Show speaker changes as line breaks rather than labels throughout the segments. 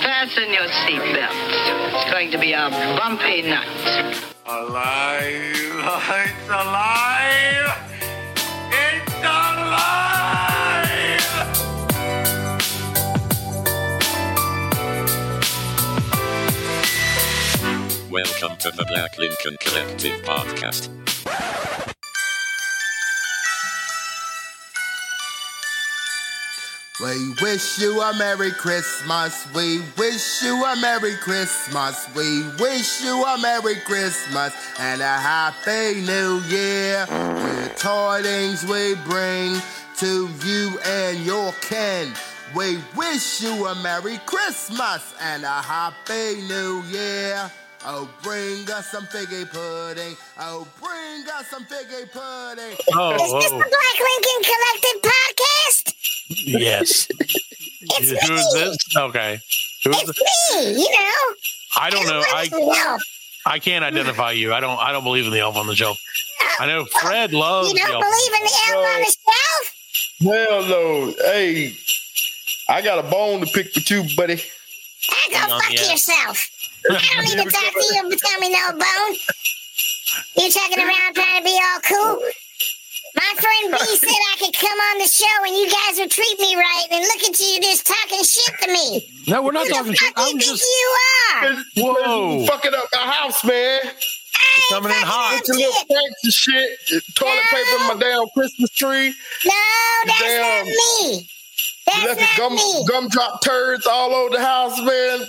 Fasten your seatbelts. It's going to be a bumpy night.
Alive! It's alive! It's alive!
Welcome to the Black Lincoln Collective podcast.
We wish you a Merry Christmas. We wish you a Merry Christmas. We wish you a Merry Christmas and a Happy New Year. The tidings we bring to you and your kin. We wish you a Merry Christmas and a Happy New Year. Oh, bring us some figgy pudding. Oh, bring us some figgy pudding.
Oh,
Is this the
oh,
Black Lincoln Collective podcast?
yes.
It's me.
Who's this? Okay. Who's
It's me. You know.
I don't know. I
know.
I can't identify you. I don't I don't believe in the elf on the shelf. I know Fred loves
You
the
don't
elf.
believe in the elf on the shelf?
Hell no. Hey, I got a bone to pick with you, buddy.
Ah,
Hang
go
on,
fuck
yeah.
yourself. I don't even talk to you. But tell me no bone. You checking around trying to be all cool? My friend B said I could come on the show and you guys would treat me right. And look at you just talking shit to me.
No, we're not
Who
talking
the
shit.
fuck do you
I'm
think
just
you are? I
Whoa.
Fucking up the house, man.
ain't
coming in
fucking
hot.
up
Your little
shit.
pranks and shit. Toilet paper in my damn Christmas tree.
No, that's
Damn.
not me.
You
That's
left the
not
gum,
me.
gumdrop turds all over the house, man.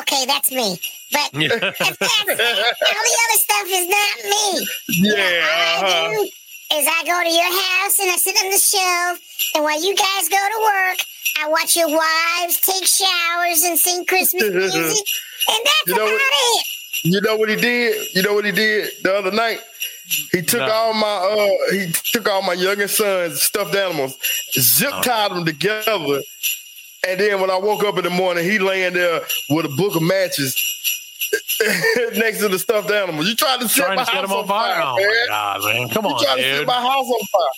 Okay, that's me. But
Yeah.
that's, that's, all the other stuff is not me.
Yeah.
All I
Uh-huh.
do is I go to your house and I sit on the shelf, and while you guys go to work, I watch your wives take showers and sing Christmas music, and that's
You know
about
what-
it.
You know what he did? You know what he did the other night? He took
No.
all my uh he took all my youngest son's stuffed animals, zip
Oh.
tied them together, and then when I woke up in the morning, he laying there with a book of matches next to the stuffed animals. You tried to set
Trying
my
to set
house
him on fire. Oh
man.
my god, man. Come
you tried
on,
to set
dude.
my house on fire.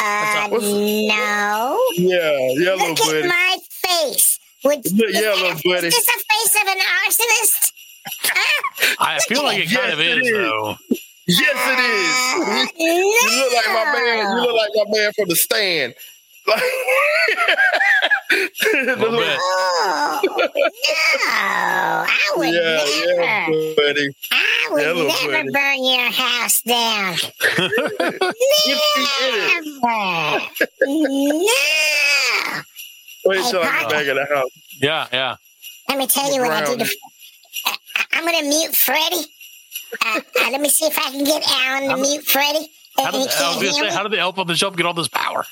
Uh,
What's-
no,
Yeah, yeah,
look
little buddy.
at my face. Would
Look,
is
yeah,
that-
little buddy.
Is this a face of an arsonist? Huh?
I feel like it
Yes,
kind of
it
is
is.
though.
Yes, it is.
Uh,
You look like my man. You
no.
look like my man from the stand. Like, The
little bit.
Oh, no, I would
yeah,
never.
yeah, buddy.
I would
Yeah, little
never
buddy.
burn your house down.
it.
never. no.
Wait
Hey,
till I
Pac.
get back in the house.
Yeah, yeah.
Let me tell you what I do to. I- I- I'm going to mute Freddie. Uh, uh, let me see if I can get Alan to mute Freddie.
How did, I
He
was
can't
gonna
hear
say,
me.
how did the elf on the shelf get all this power?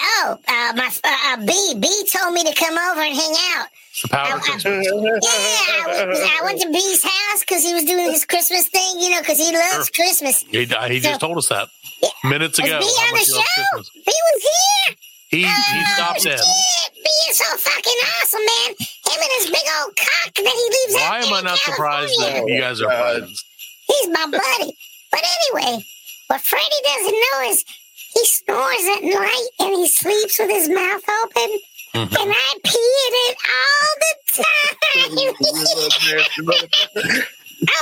oh, uh, my uh, uh, B B told me to come over and hang out.
It's the power of
I- I-
Christmas.
Yeah, I went, I went to B's house because he was doing his Christmas thing, you know, because he loves Christmas.
He, he just told us that minutes
Was
ago.
B
how
on
much
the
he loves
show?
Christmas.
B was here. Oh,
He
Uh,
he stops in.
Shit, B is so fucking awesome, man. Him and his big old cock that he leaves out
Why
there
am I
in
not surprised
California.
that you guys are
God.
friends?
He's my buddy. But anyway, what Freddie doesn't know is he snores at night and he sleeps with his mouth open.
Mhm.
And I pee in it all the time. oh,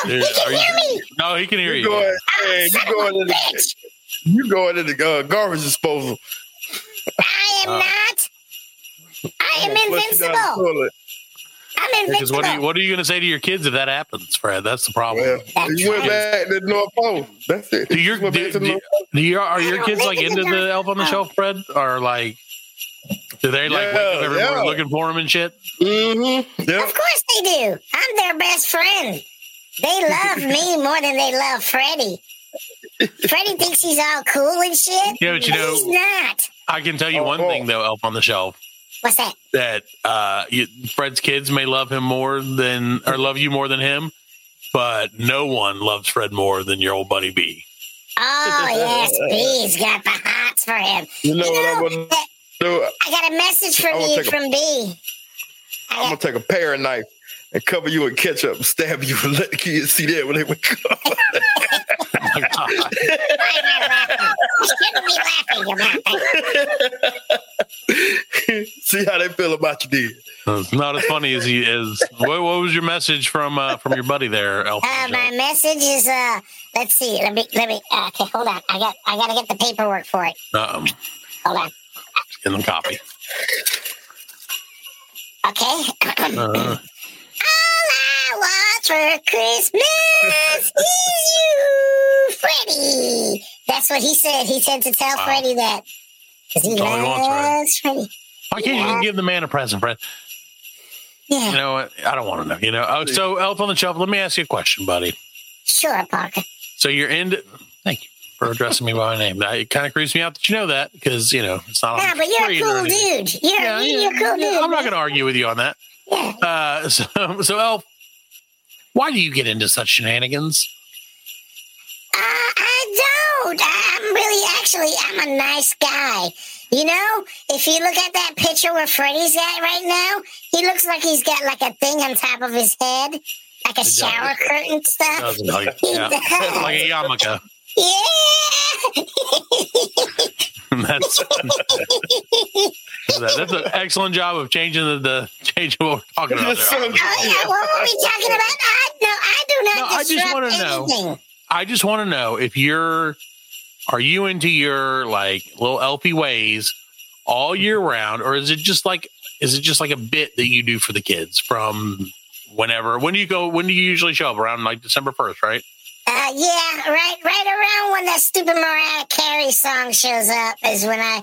Dude,
he
are
can
you-
hear me. Oh,
No, he can hear
you
you.
going? Hey,
son
you going
of a
in the?
bitch.
You going in the uh, garbage disposal?
I am
Oh.
not. I
Ah. I'm
am
gonna flush you down the
invincible.
toilet.
I'm
Because
invincible.
what are you what are you going to say to your kids if that happens, Fred? Oh, That's the problem.
Well, you went back to North Pole. That's it.
Do your
You went
do,
back to
do,
North
do your are
I
your
don't
kids
think
like
it's
into
enough.
the Elf on the Shelf, Fred, or like do they like wake up
Yeah,
every morning
yeah.
looking for him and shit?
Mm-hmm.
Of course they do. I'm their best friend. They love me more than they love Freddy. Freddy thinks he's all cool and shit.
Yeah, but you
but
know-
he's not.
I can tell you
Oh,
one
oh.
thing though, Elf on the Shelf,
What's that?
that uh, you, Fred's kids may love him more than or love you more than him, but no one loves Fred more than your old buddy B.
Oh yes, B's got the hots for him.
You know what I'm
You
gonna
know,
do?
I got a message from
I wanna
you
take a-
from B.
I'm gonna take a pair of knife and cover you with ketchup, and stab you, and let the kids see that when they wake up.
God.
Why am I laughing? I shouldn't be laughing about that.
See how they feel about you, dude.
It's not as funny as he is. What, what was your message from uh, from your buddy there, Elton?
Uh, my message is uh, let's see, let me, let me. Uh, okay, hold on. I got, I gotta get the paperwork for it.
Um,
Hold on.
in the copy.
Okay.
Uh,
All I want for Christmas is you, Freddy. That's what he said. He said to tell
Wow.
Freddy that. Because he
That's all he wants,
loves Freddy.
why can't you just give the man a present, Brad?
Yeah,
You know what? I don't want to know. You know. Oh, so Elf on the Shelf. Let me ask you a question, buddy.
sure, Parker.
So you're into. Thank you for addressing me by my name. Now it kind of creeps me out that you know that because you know it's not.
Nah,
on the
but you're a
screen or
cool
anything.
dude. You're,
Yeah,
you're,
yeah,
a cool
yeah.
dude.
I'm not
man.
going to argue with you on that.
Yeah.
Uh, so, so Elf, why do you get into such shenanigans?
Uh, I don't. I- I'm really, actually, I'm a nice guy. You know, if you look at that picture where Freddy's at right now, he looks like he's got like a thing on top of his head, like a
does.
shower curtain stuff.
Doesn't like,
He
yeah,
does.
like a yarmulke.
Yeah.
That's that- that's an excellent job of changing the, the change of what we're talking about. There.
Oh, yeah. What were we talking about? I, no, I do not
No, I just
disrupt
wanna know.
anything.
I just want to know if you're are you into your like little elfy ways all year round, or is it just like is it just like a bit that you do for the kids from whenever? When do you go? When do you usually show up? Around like December first, right?
Uh, yeah, right, right around when that stupid Mariah Carey song shows up is when I,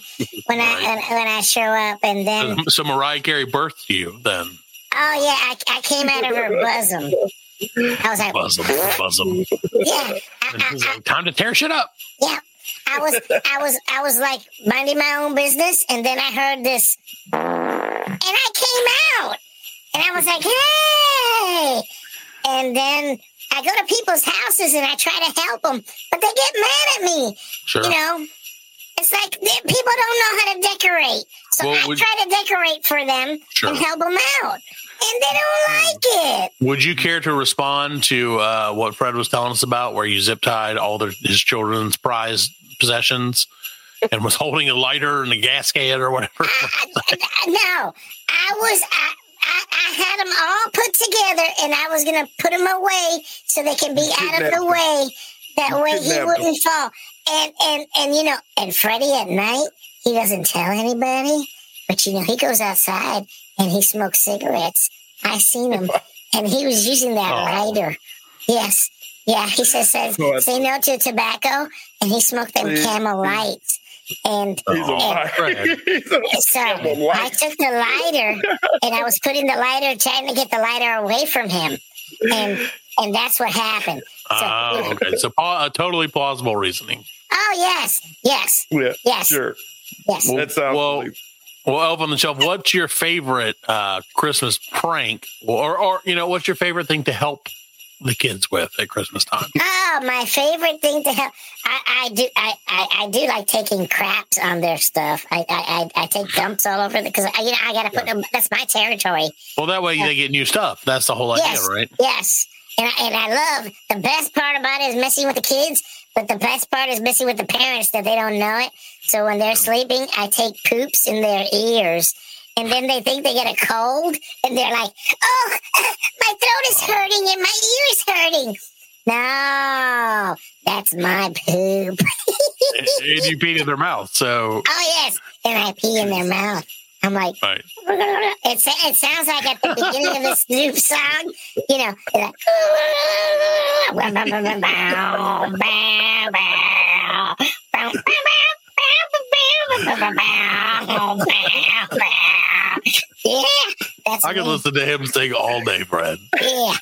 when I, when, when I show up, and then
So Mariah Carey birthed you then.
oh yeah, I, I came out of her bosom. I was like,
Buzz 'em, buzz 'em.
yeah,
And
I,
he's
I, I,
like, time to tear shit up.
yeah. I was, I was, I was like minding my own business, and then I heard this, and I came out, and I was like, hey, and then. I go to people's houses and I try to help them, but they get mad at me.
Sure.
you know, it's like th- people don't know how to decorate. So
Well,
I
would-
try to decorate for them
Sure. Hmm.
and help them out. And they don't like it.
Would you care to respond to uh, what Fred was telling us about, where you zip tied all their, his children's prized possessions and was holding a lighter and a gas can or whatever?
I, I- no, I was, I, I, I had them all put together and I was going to put them away so they can be out of
Kidnapped
the
them.
way. That way he
kidnapped
wouldn't fall. And, and, and, you know, and Freddie at night, he doesn't tell anybody, but you know, he goes outside and he smokes cigarettes. I seen him and he was using that
Oh.
lighter. Yes. Yeah. He says, says
Oh, I-
say no to tobacco and he smoked them
See?
camel lights. And
He's a liar.
Oh, Fred.
He's a-
so
Camel light.
I took the lighter and I was putting the lighter, trying to get the lighter away from him. And and that's what happened.
Oh, okay. So pa- a totally plausible reasoning.
Oh, yes. Yes.
yeah,
Yes.
sure.
Yes.
That sounds
Well,
believable.
Well, Elf on the Shelf, what's your favorite uh, Christmas prank, or, or you know, what's your favorite thing to help the kids with at Christmas time?
Oh, my favorite thing to help. I, I do. I, I, I do like taking craps on their stuff. I I, I, I take dumps all over because you know I gotta put them. That's my territory.
Well, that way they get new stuff. That's the whole idea,
yes.
right?
Yes. And I, and I love the best part about it is messing with the kids, but the best part is messing with the parents that they don't know it. So when they're sleeping, I take poops in their ears. And then they think they get a cold and they're like, oh, my throat is hurting and my ear is hurting. No, that's my poop.
And and you pee in their mouth. So,
Oh, yes. And I pee in their mouth. I'm like,
right.
it, sa- it sounds like at the beginning of the Snoop song, you know, it's like, yeah, that's
I could
me.
listen to him sing all day, Fred.
Yeah.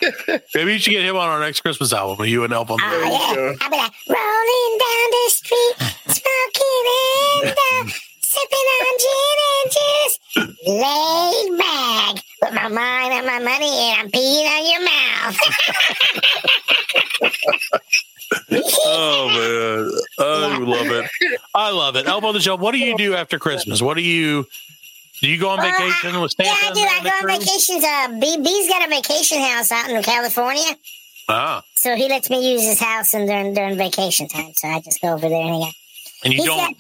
Maybe you should get him on our next Christmas album. You and Elf on the
Oh, yeah. I'll be like, rolling down the street, smoking and uh, sipping on gin and juice, laid back with my mind on my money, and I'm peeing on your mouth.
Oh man, I love it. I love it. Elf on the Shelf. What do you do after Christmas? What do you do? You go on
Well, I-
vacation with
Ah, yeah,
Santa?
I
and
do. I
the
go on
crew?
vacations. Uh, B, B's got a vacation house out in California,
Ah,
So he lets me use his house and during during vacation time. So I just go over there and hang out.
and you
He's
don't.
got-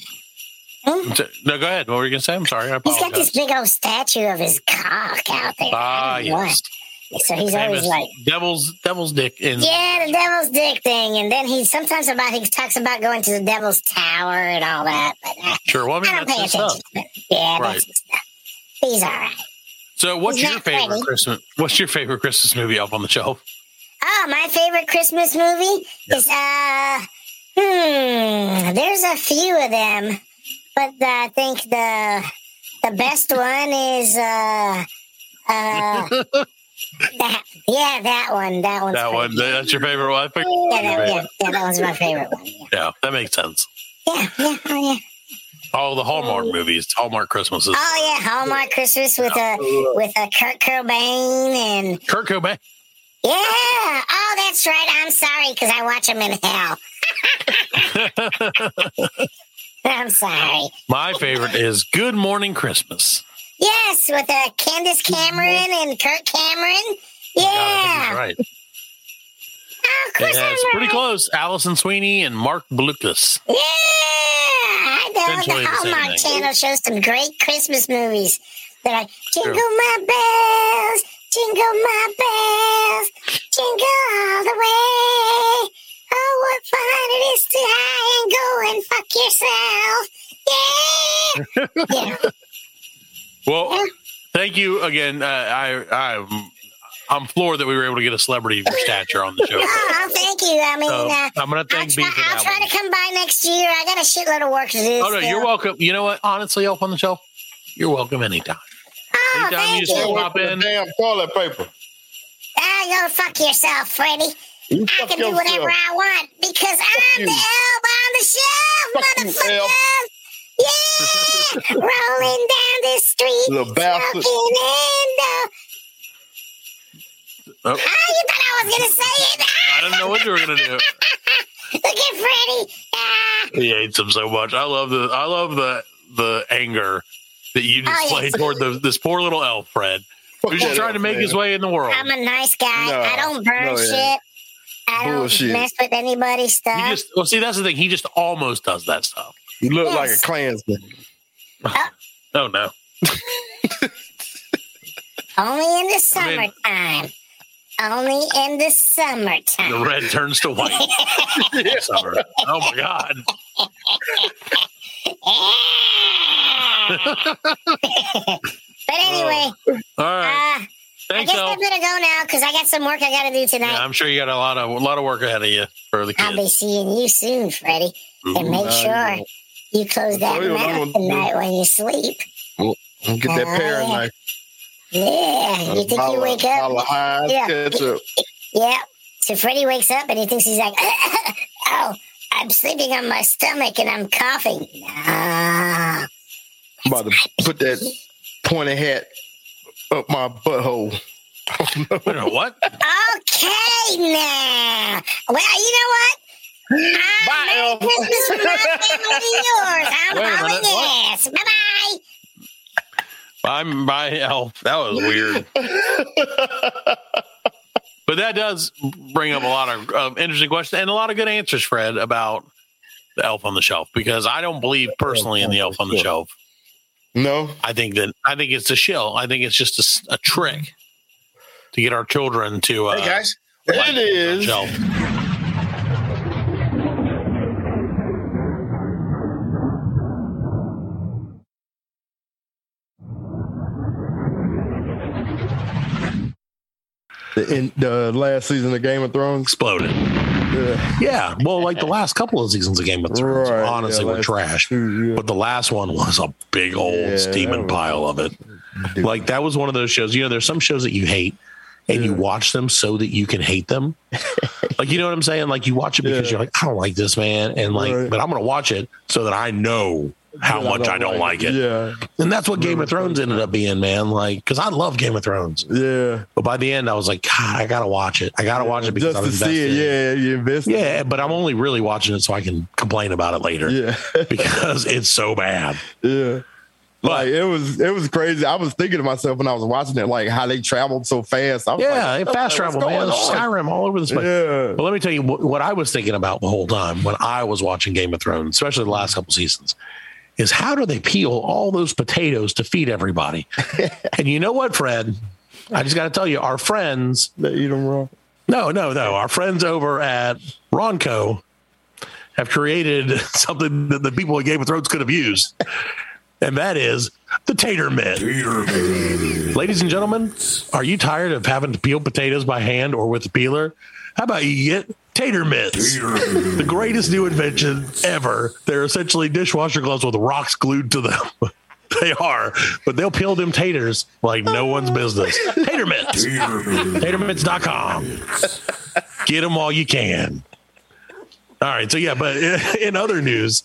I'm so- No, go ahead. What were you gonna say? I'm sorry. I
He's got this
apologize.
big old statue of his cock out there.
Ah,
I don't know
yes.
why. So he's always
Famous
like,
devil's devil's dick in
yeah, the devil's dick thing, and then he sometimes about he talks about going to the devil's tower and all that. But I,
sure. Well, I mean,
I don't
that's
pay
his stuff.
attention. To it. Yeah,
Right.
that's his stuff. He's all right.
So, what's
He's
your
not pretty.
favorite Christmas? What's your favorite Christmas movie up on the shelf?
Oh, my favorite Christmas movie is uh hmm there's a few of them, but uh, I think the the best one is uh uh that yeah, that one. That one's
That
pretty-
one. That's your favorite one. I think-
Yeah,
your
that,
favorite.
yeah, yeah, that one's my favorite one. Yeah,
Yeah, that makes sense.
yeah, yeah, oh yeah.
All Oh, the Hallmark movies, Hallmark Christmases.
Oh yeah, Hallmark Christmas with a with a Kurt Cobain and
Kurt Cobain.
yeah. Oh, that's right. I'm sorry because I watch him in hell. I'm sorry.
My favorite is Good Morning Christmas.
Yes, with uh, Candace Cameron and Kurt Cameron.
God, Oh, I think
Yeah,
he's right.
Oh, of course
Yeah,
I'm
it's pretty
right.
close. Allison Sweeney and Mark Blucas.
Yeah, I know
Eventually
the
the same thing.
Hallmark Channel shows some great Christmas movies. They're like Jingle My Bells, Jingle My Bells, Jingle All the Way. Oh, what fun it is to high and go and fuck yourself. Yeah.
Well,
Yeah.
thank you again. Uh, I I'm I'm floored that we were able to get a celebrity of your stature on the show.
yeah. Oh, thank you. I mean,
So
uh,
I'm gonna
I'll
thank B
try,
for
I'll
that
try
one.
to come by next year. I got a shitload of work to do.
Oh no,
still.
you're welcome. You know what? Honestly, up on the shelf, you're welcome anytime.
Oh,
Anytime you
thank
just
you.
want-
Away
Pop
from
in.
the damn toilet paper.
Ah, go fuck yourself, Freddie.
You
I
fuck
can do whatever
yourself.
I want because I'm
you.
the elf on the shelf,
Fuck you,
motherfucker.
elf.
Yeah, rolling down the street,
Little bastard.
smoking and uh,
Oh,
oh, you thought I was gonna say it? Ah,
I don't know what you were gonna do.
Look at Freddie. Ah,
He hates him so much. I love the I love the the anger that you
Oh, yes.
display toward the, this poor little elf, Fred,
Fuck
who's just
that
trying to make
man.
his way in the world.
I'm a nice guy.
No,
I don't burn
no, yeah.
shit. I don't
Bullshit.
mess with anybody's
He
stuff.
just well, see, that's the thing. He just almost does that stuff.
You look like a
Yes.
Klansman.
Oh no.
Only in the
I mean-
summertime. Only in the summertime.
The red turns to white. Summer. Oh my god.
but anyway,
All
uh,
right.
I guess
Thanks,
I
Al.
better go now because I got some work I got to do tonight.
Yeah, I'm sure you got a lot of a lot of work ahead of you for the
I'll be
kids.
seeing you soon, Freddie. And
Mhm.
make sure you close
I'll
that
tell you what I
mouth
want to do.
tonight when you sleep.
Get that
Oh,
pair
yeah.
knife.
Yeah, you think you wake
Bottle
up?
of Heinz
Yeah.
ketchup.
Yeah. So Freddie wakes up and he thinks he's like, oh, I'm sleeping on my stomach and I'm coughing. Nah.
I'm about to put that pointy hat up my butthole.
Wait a minute, what?
Okay, now. Well, you know what?
Bye,
Merry
Elf.
Christmas from my family to yours. I'm
Wait a
hauling
minute, what?
ass. Bye bye.
I'm by elf. That was weird. but that does bring up a lot of um, interesting questions and a lot of good answers, Fred, about the elf on the shelf. Because I don't believe personally in the elf on the shelf.
No,
I think that I think it's a shill. I think it's just a s- a, trick to get our children to. Uh,
Hey guys,
like
it
things on
is.
shelf.
The- In the last season of Game of Thrones,
exploded.
yeah.
Yeah, well, like the last couple of seasons of Game of Thrones,
Right,
honestly,
yeah,
were
last
trash.
two, yeah.
But the last one was a big old
Yeah,
steaming
that was-
pile of it.
Dude.
Like that was one of those shows. You know, there's some shows that you hate, and you
Yeah.
watch them so that you can hate them. like you know what I'm saying? Like you watch it because
Yeah.
you're like, I don't like this man, and like,
Right.
but I'm gonna watch it so that I know how
Yeah,
much I don't like, it.
Yeah,
And that's what Game of
Remember
Thrones ended up being, man. Like, because I love Game of Thrones,
yeah.
but by the end, I was like, God, I gotta watch it. I gotta watch it because
just
I'm
to
invested.
see it. Yeah, you invested.
Yeah, but I'm only really watching it so I can complain about it later
yeah,
because it's so bad.
yeah. Like it was, it was crazy. I was thinking to myself when I was watching it, like how they traveled so fast. I was
Yeah,
like,
fast
what's
travel, man.
going on?
Skyrim all over this place.
Yeah.
But let me tell you what, what I was thinking about the whole time when I was watching Game of Thrones, especially the last couple seasons, is how do they peel all those potatoes to feed everybody? and you know what, Fred? I just got to tell you, our friends,
They eat them raw.
no, no, no, our friends over at Ronco have created something that the people at Game of Thrones could have used. And that is the tater mitt. Ladies and gentlemen, are you tired of having to peel potatoes by hand or with a peeler? How about you get tater mitts? the greatest new invention ever. They're essentially dishwasher gloves with rocks glued to them. they are, but they'll peel them taters like no one's business. Tater mitts. Tatermitts.com. Get them all you can. All right, so yeah, but in- in other news,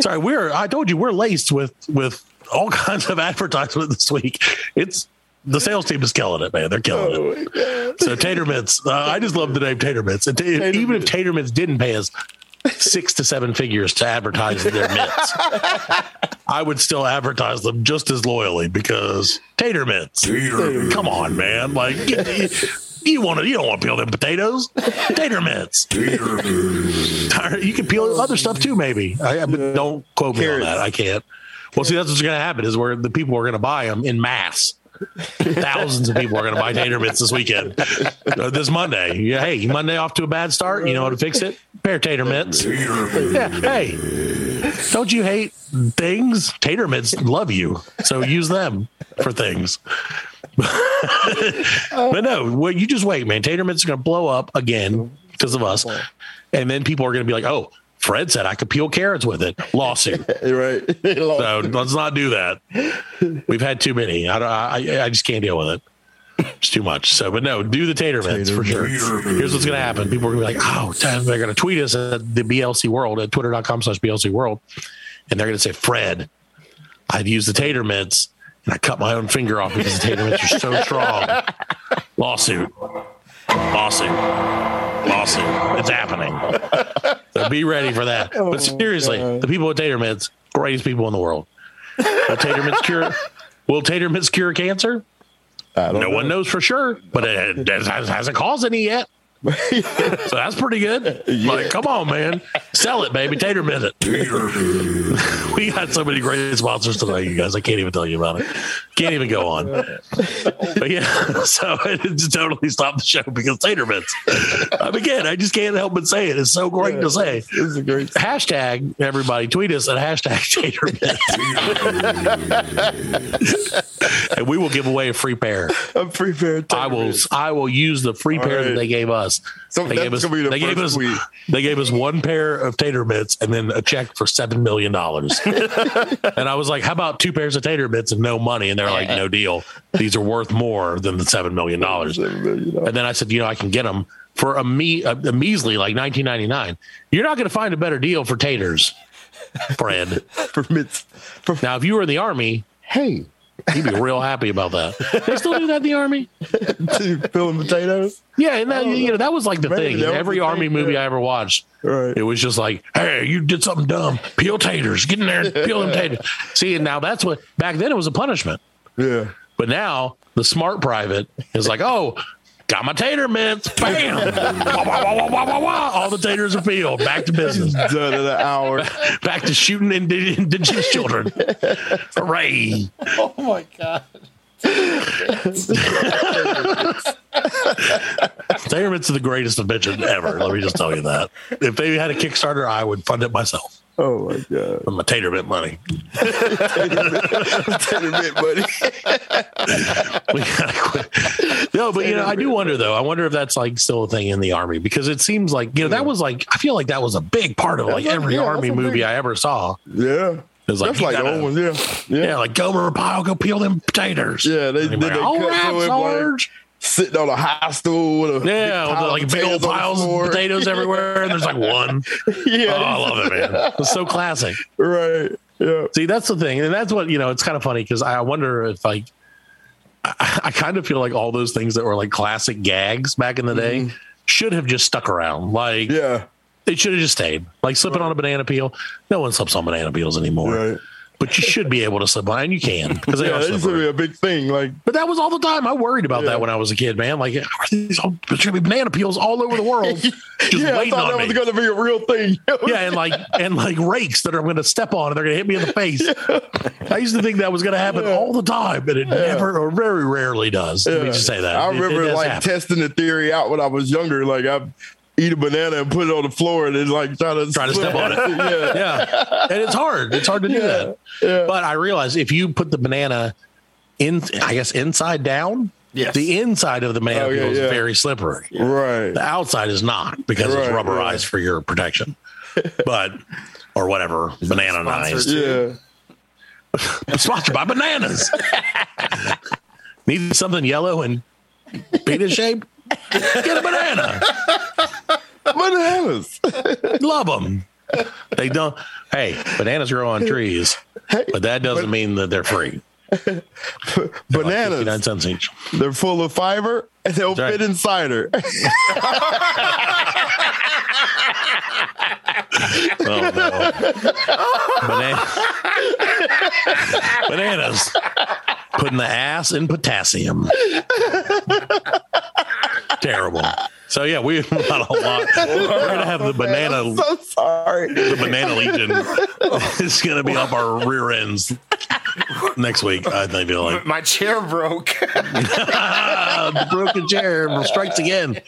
sorry, we're I told you we're laced with with all kinds of advertisement this week. It's the sales team is killing it, man. They're killing
Oh,
it. So Tater Mitts, uh, I just love the name Tater Mitts. And t-
Tater
even if
Mitts.
Tater Mitts didn't pay us six to seven figures to advertise their mitts, I would still advertise them just as loyally because Tater Mitts. Come on, man! Like you, want to, you don't want to peel them potatoes, tater mitts. Tired- you can peel other stuff too, maybe. I, I- but don't quote me on
Carrots.
that. I can't. Well, see, that's what's going to happen is where the people are going to buy them in mass. Thousands of people are going to buy tater mitts this weekend, Uh, this Monday. Yeah, hey, Monday off to a bad start. You know how to fix it? Pair of tater mitts. Yeah, hey, don't you hate things? Tater mitts love you, so use them for things. but no, well, you just wait, man. Tater mitts are going to blow up again because of us, and then people are going to be like, "Oh, Fred said I could peel carrots with it." Lawsuit.
You're right. They lost.
So let's not do that. We've had too many. I don't. I, I just can't deal with it. It's too much. So, but no, do the tater mints for sure. Here's what's going to happen. People are going to be like, oh, damn, they're going to tweet us at the BLC World at twitter.com slash BLC World. And they're going to say, Fred, I've used the tater mints and I cut my own finger off because the tater mints are so strong. Lawsuit. Lawsuit. Lawsuit. It's happening. So be ready for that. But seriously, the people with tater mints, greatest people in the world. Will tater mints cure? Will tater mints cure cancer?
I don't
No one knows for sure, but it, it has- hasn't caused any yet. so that's pretty good. Like, come on, man, sell it, baby. Tater minute. we got so many great sponsors today, you guys. I can't even tell you about it. Can't even go on. But yeah, so it just totally stopped the show because tater mints. Um, again, I just can't help but say it. It's so great to say.
This is a great.
Hashtag everybody tweet us at hashtag tater mints. and we will give away a free pair.
I'm prepared.
I will. I will use the free pair that
right.
they gave us.
So
they
that's
gave us.
gonna be the
they gave
first
us.
tweet.
They gave us one pair of tater mitts and then a check for seven million dollars. and I was like, "How about two pairs of tater mitts and no money?" And they're like, "No deal. These are worth more than the seven million dollars." And then I said, "You know, I can get them for a me a, a measly like nineteen ninety nine. You're not going to find a better deal for taters, Fred."
permits.
now, if you were in the army,
Hey,
you'd be real happy about that. They still do that in the army.
peeling potatoes.
Yeah, and that, you know that was like the
Maybe
thing.
Oh, that was
Every
the thing,
army movie
yeah.
I ever watched,
Right.
it was just like, "Hey, you did something dumb. Peel taters. Get in there and peel them taters." See, and now that's what back then it was a punishment,
Yeah.
but now the smart private is like, "Oh, got my tater mints. Bam! Wah, wah, wah, wah, wah, wah, wah. All the taters are peeled. Back to business.
Done in an hour.
Back to shooting indi- indigenous children. Hooray!"
Oh my god.
Tater mints are the greatest invention ever. Let me just tell you that. If they had a Kickstarter, I would fund it myself
Oh my god.
with my tater mint money.
Tater mint, buddy.
we gotta quit. No, but you know, I do wonder though. I wonder if that's like still a thing in the army because it seems like you know that was like I feel like that was a big part of like
Hmm. That's a-
every
yeah,
army
that's a
movie
big-
I ever saw.
Yeah.
It was like,
That's
you
like the
gotta-
old ones. Yeah. Yeah.
yeah, like Gomer Pyle, go peel them potatoes.
Yeah, they-
And you're
they-
like,
they
all
cut
right,
to it, boy."
Sarge.
Sitting on a high stool with a
Yeah, with,
pile of
like big
potatoes on
old
the
piles
floor.
of potatoes everywhere, and there's like one. Oh, I
yeah.
love it, man. It's so classic.
Right. Yeah.
See, that's the thing, and that's what you know. It's kind of funny because I wonder if like I, I kind of feel like all those things that were like classic gags back in the day should have just stuck around. Like
Mm-hmm. Yeah.
they should have just stayed. Like slipping on a banana peel. No one slips on banana peels anymore.
Right.
but you should be able to slip on, it, and you can because they
Yeah,
are
that used to be
slippery.
a big thing. Like,
But that was all the time. I worried about
Yeah.
that when I was a kid, man. Like, "How are these all, there's gonna be banana peels all over the world, just
yeah, I
waiting
thought
on
that was
me.
going to be a real thing.
yeah, and like and like rakes that are going to step on and they're going to hit me in the face. I used to think that was going to happen all the time, but it never or very rarely does. Let me
Yeah.
just say that.
I
It- it
remember
does
like
happen.
testing the theory out when I was younger. Like I eat a banana and put it on the floor and then like try to
Try to
split
step on it.
yeah.
yeah, and it's hard. It's hard to do that.
yeah.
But I realize if you put the banana in, I guess inside down,
Yes.
the inside of the banana
Oh, yeah,
peel is
yeah.
very slippery.
Right.
The outside is not because it's
Right,
rubberized
right.
for your protection, but or whatever bananized.
Yeah.
sponsored by bananas. Need something yellow and penis shaped? Get a banana.
Bananas.
Love them. They don't. Hey, bananas grow on trees, but that doesn't mean that they're free. Like 59
Bananas.
cents each.
They're full of fiber and they'll
right.
fit in cider.
Oh, no. Bana- bananas. Putting the ass in potassium. Terrible. So yeah, we not a lot. We're gonna have the banana
I'm so sorry.
the banana legion is going to be up our rear ends next week. I think they're like
My chair broke.
ah, the broken chair strikes again.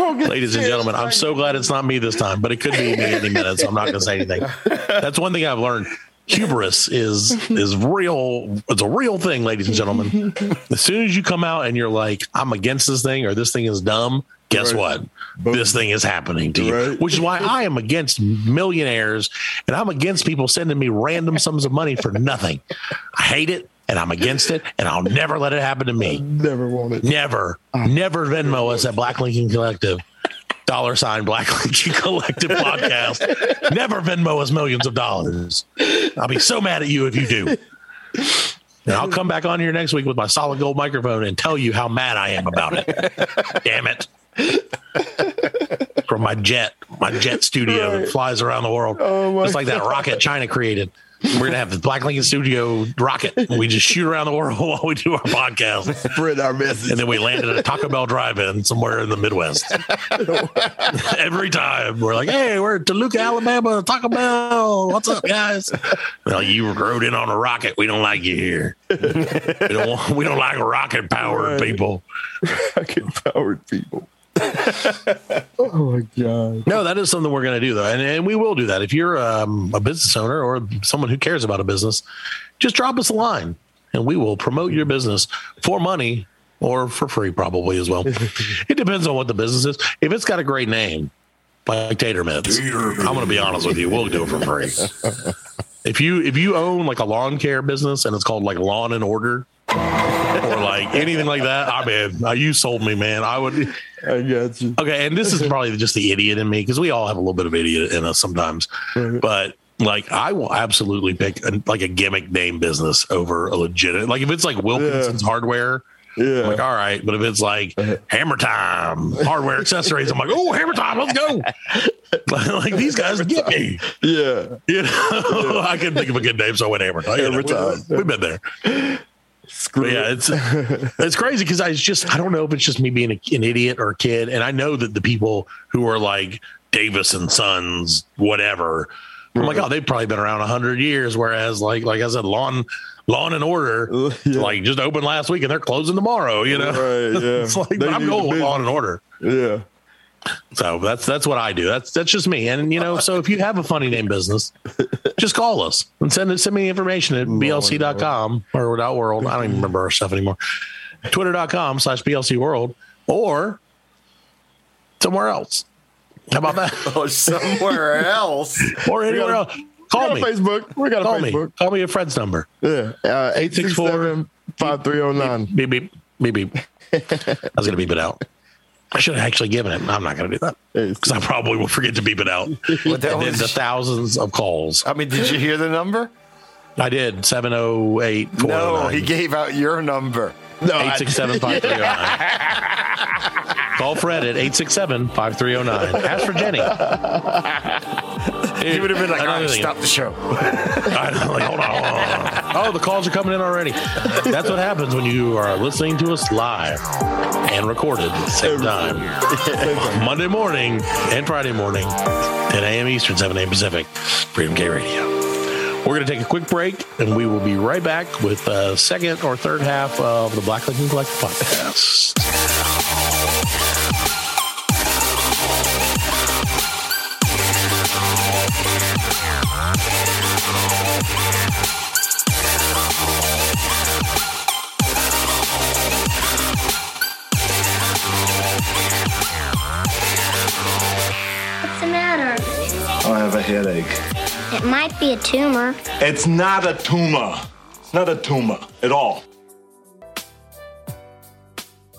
Ladies and gentlemen, I'm so glad it's not me this time, but it could be me any minute. So I'm not going to say anything. That's one thing I've learned. Hubris is is real. It's a real thing, ladies and gentlemen. As soon as you come out and you're like, "I'm against this thing" or "This thing is dumb," guess
Right.
what? This thing is happening to you,
Right.
which is why I am against millionaires and I'm against people sending me random sums of money for nothing. I hate it, and I'm against it, and I'll never let it happen to me.
Never Ah. wanted.
Never, never Venmo us at Black Lincoln Collective. Dollar sign Black Lincoln Collective podcast. Never Venmo us millions of dollars. I'll be so mad at you if you do. And I'll come back on here next week with my solid gold microphone and tell you how mad I am about it. Damn it. From my jet, my jet studio that flies around the world.
Oh, my
Just like that rocket China created. We're going to have the Black Lincoln Studio rocket. We just shoot around the world while we do our podcast
Spread our message.
and then we landed at a Taco Bell drive-in somewhere in the Midwest. Every time we're like, "Hey, we're at Toluca, Alabama, Taco Bell. What's up, guys?" Well, you rode in on a rocket. We don't like you here. we don't. Want, we don't like rocket-powered
Right.
people.
Fucking powered people. oh my god.
No, that is something we're going to do though, and, and we will do that. If you're um, a business owner or someone who cares about a business, just drop us a line, and we will promote your business for money or for free, probably as well. it depends on what the business is. If it's got a great name, like Tater Mitts, I'm going to be honest with you, we'll do it for free. If you if you own like a lawn care business and it's called like Lawn and Order. or like anything like that. I mean, uh, you sold me, man. I would.
I got you.
Okay, and this is probably just the idiot in me because we all have a little bit of idiot in us sometimes. But like, I will absolutely pick a, like a gimmick name business over a legitimate. Like, if it's like Wilkinson's Hardware,
Yeah.
I'm like all right. But if it's like Hammer Time Hardware Accessories, I'm like, oh, Hammer Time, let's go. like these guys get me.
yeah.
You know, I couldn't think of a good name, so I went Hammer Time. You know,
Hammer Time.
we- we've been there.
Screw
But
it.
yeah, it's it's crazy because I just I don't know if it's just me being a, an idiot or a kid, and I know that the people who are like Davis and Sons, whatever, I'm like, oh, they've probably been around hundred years. Whereas, like like I said, Lawn Lawn and Order,
Yeah.
like just opened last week and they're closing tomorrow. You know,
Right, yeah.
it's like
They
but I'm
need a
going with
business.
Lawn and Order.
Yeah.
So that's that's what I do. That's that's just me. And you know, so if you have a funny name business, just call us and send send me information at blc.com or dot world. I don't even remember our stuff anymore. Twitter.com slash blc world or somewhere else. How about that?
Oh, somewhere else.
Or anywhere else. Call
we
me.
got a Facebook. We got a
Call
Facebook.
me. Call me a friend's number.
Yeah. Uh, 867-5309.
Beep beep beep beep. I was gonna beep it out. I should have actually given it. I'm not gonna do that because I probably will forget to beep it out.
But that
And then the
was,
thousands of calls.
I mean, did you hear the number?
I did. 708
No, he gave out your number.
No, I-
867 5309. Call Fred at 867 5309. Ask for Jenny.
He would have been like,
I
all
don't
right,
think-
stop the show.
I know, like, hold on, hold on. Oh, the calls are coming in already. That's what happens when you are listening to us live and recorded at the same time. Monday morning and Friday morning, 10 a.m. Eastern, 7 a.m. Pacific, Freedom K Radio. We're going to take a quick break and we will be right back with uh, second or third half of the Black Lincoln Collective podcast.
What's the matter?
I have a headache.
It might be a tumor.
It's not a tumor. It's not a tumor at all.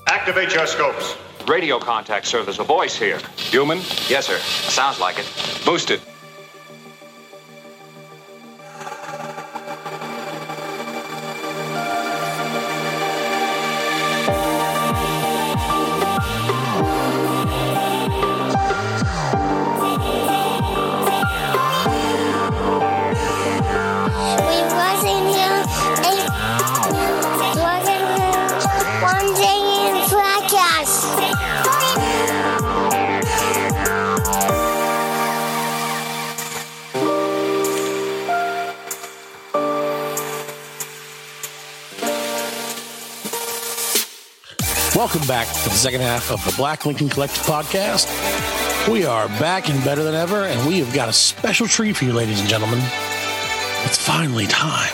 Activate your scopes.
Radio contact, sir. There's a voice here. Human? Yes, sir. Sounds like it. Boosted.
We wasn't young. It wasn't one day in podcast.
Welcome back to the second half of the Black Lincoln Collective podcast. We are back and better than ever, and we have got a special treat for you, ladies and gentlemen. It's finally time.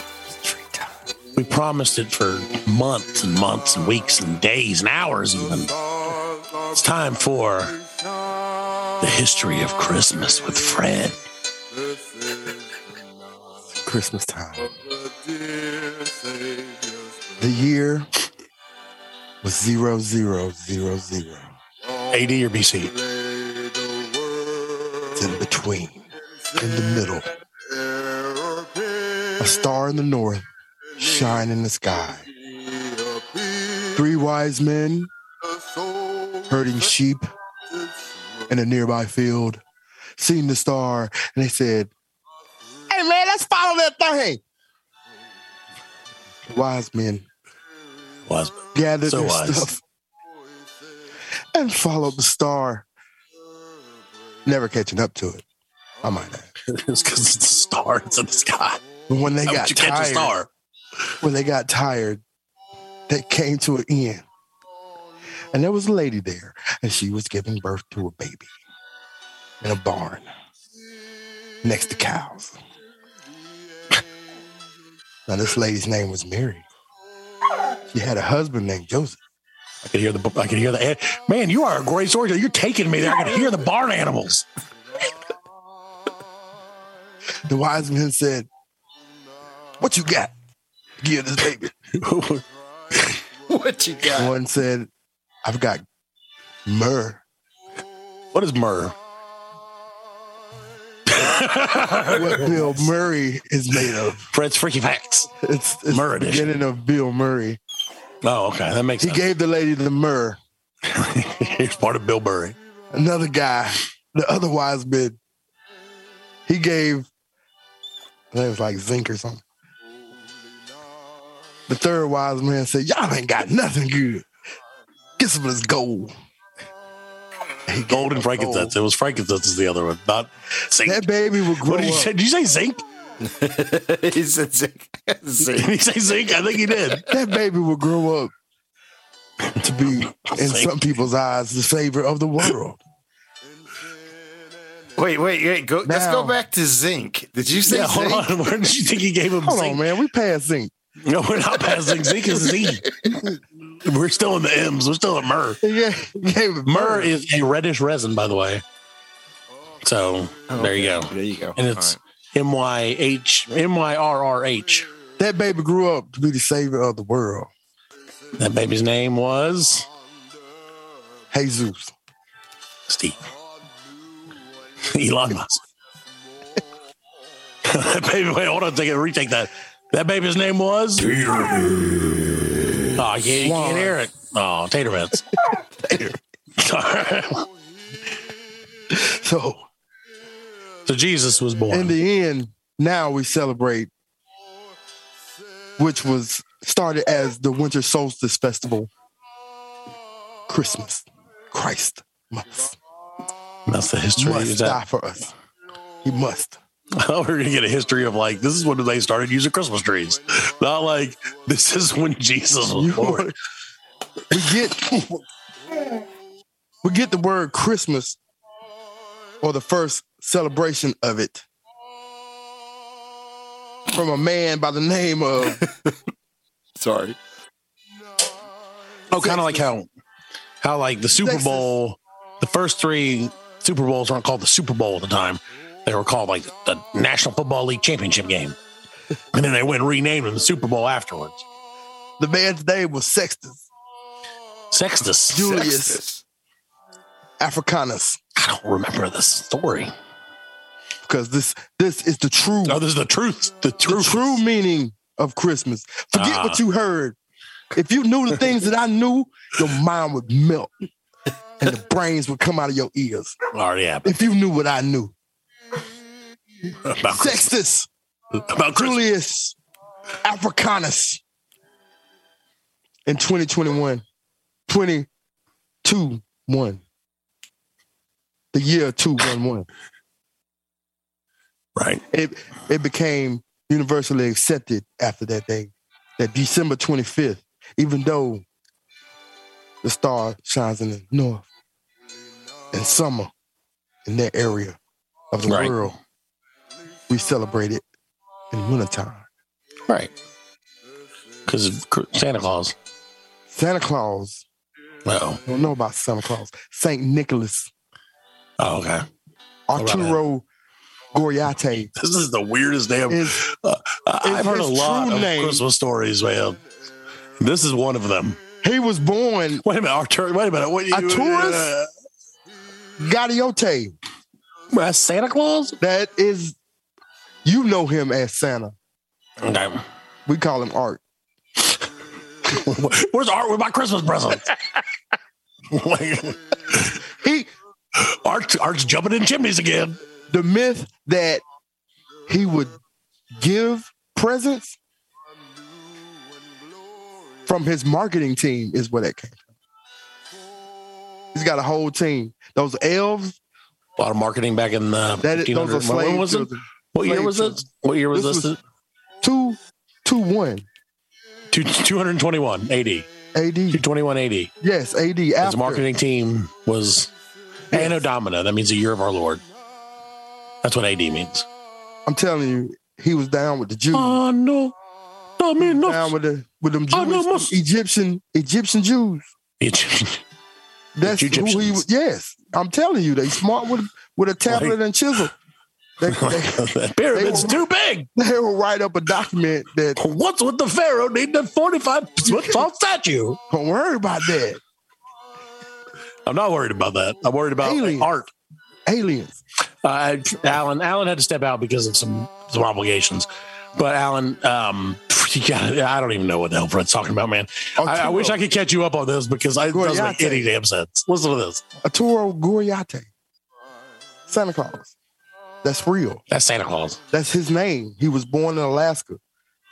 We promised it for months and months and weeks and days and hours, even. It's time for the history of Christmas with Fred.
Christmas time. The year was zero zero zero zero.
AD or BC?
It's in between, in the middle. A star in the north, shine in the sky. Three wise men herding sheep in a nearby field seen the star and they said, Hey man, let's follow that thing. Wise men
Was
gathered
So
their
wise.
stuff and followed the star, never catching up to it. I might add.
it's because it's the stars in the sky.
But when they
How
got
would you catch a star?
tired, when they got tired, they came to an end. And there was a lady there, and she was giving birth to a baby in a barn next to cows. now, this lady's name was Mary. She had a husband named Joseph.
I could hear the. I could hear the. an- Man, you are a great storyteller. You're taking me there. I can hear the barn animals.
The wise men said, What you got? Give this baby.
What you got?
One said, I've got myrrh.
what is myrrh?
What Bill Murray is made of.
Fred's freaky facts.
It's, it's
Myrrh
the
edition.
beginning of Bill Murray.
Oh, okay, that makes
He
sense.
gave the lady the myrrh.
He's part of Bill Murray.
Another guy, the other wise man, he gave, I think it was like zinc or something. The third wise man said, Y'all ain't got nothing good. Get some of this gold. He gave
Gold and
her
frankincense.
gold.
It was frankincense is the other one, not zinc.
That baby would grow
what did you
up.
say? Did you say zinc?
He's a zinc.
Did
zinc.
he say zinc? I think he did.
that baby will grow up to be, in
Zinc.
some people's eyes, the savior of the world.
Wait, wait, wait. Go, let's go
Now-
back to zinc. Did you say
Yeah,
zinc?
hold on. Where did you think he gave him
Hold
zinc?
on, man. We passed zinc.
No, we're not passing zinc is Z. We're still in the M's. We're still at myrrh.
Yeah, gave it
Myrrh is a reddish resin, by the way. So
Oh,
there you go.
There you go.
And it's M Y H M Y R R H.
That baby grew up to be the savior of the world.
That baby's name was
Jesus.
Steve. Elon Musk. that baby, wait, hold on a second. Retake that. That baby's name was. Oh, I can't, you can't hear it. Oh, tater bits.
So
So Jesus was born.
In the end, now we celebrate, which was started as the Winter Solstice Festival, Christmas, Christ must.
That's the history.
Must
Is
die
that,
for us. He must.
I thought we were gonna get a history of like this is when they started using Christmas trees, not like this is when Jesus was
You
born.
are- We get we get the word Christmas or the first celebration of it from a man by the name of
Sorry. Oh, kind of like how how like the Super
Texas.
Bowl, the first three Super Bowls weren't called the Super Bowl at the time. They were called like the National Football League Championship game. And then they went and renamed them the Super Bowl afterwards.
the man's name was Sextus
Sextus.
Julius
Sextus.
Africanus
I don't remember the story.
because this this is the true
No, this is the truth. The
the
truth.
true meaning of Christmas. Forget
Ah.
what you heard. If you knew the things that I knew, your mind would melt and the brains would come out of your ears.
Already happened.
If you knew what I knew,
About Christmas.
Sextus,
About Christmas.
Julius, Africanus. In 2021, 22 1. The year 211.
Right.
it it became universally accepted after that day, that December 25th, even though the star shines in the north in summer in that area of the
Right.
world, we celebrate it in wintertime.
Right. Because Santa Claus.
Santa Claus,
Oh.
I don't know about Santa Claus, St. Nicholas,
Oh, okay. about that?
Arturo Goriate
This is the weirdest damn.
is
Uh, I've heard a
his
lot
true
of
name-
Christmas stories, man. This is one of them.
he was born
Wait a minute, Artur. Wait a minute. What you,
Arturus?
uh,
Gadiote.
that's Santa Claus?
That is you know him as Santa.
Okay.
We call him Art.
Where's Art with my Christmas present? Like,
He
Art's, Art's jumping in chimneys again.
the myth that he would give presents from his marketing team is where that came from. He's got a whole team. Those elves,
A lot of marketing back in the
that is, those are
1500s. When-
slave
when was it?
children.
What year
slave
was this?
children.
What year was
This
this?
was- Two, two, one.
Two- 221 AD.
AD.
221 AD.
Yes, AD. After.
His marketing team was Anno Domina. That means the year of our Lord. That's what AD means.
I'm telling you, he was down with the Jews.
Anno
down
Domina.
with the with them
Oh, no,
Jewish,
must-
Egyptian Egyptian Jews. That's who he was.
Egyptians.
Yes, I'm telling you, they smart with with a tablet and chisel. They, they,
that pyramid's
They
too big.
they will write up a document that
What's with the pharaoh needing a 45 foot tall statue?
don't worry about that.
I'm not worried about that. I'm worried about
Aliens.
art.
Aliens.
Uh, Alan, Alan had to step out because of some some obligations. But Alan, um, you gotta, I don't even know what the hell Fred's talking about, man. I, I wish I could catch you up on this because I, it doesn't make any damn sense. Listen to this.
Arturo Goriate. Santa Claus. That's real.
That's Santa Claus.
That's his name. He was born in Alaska.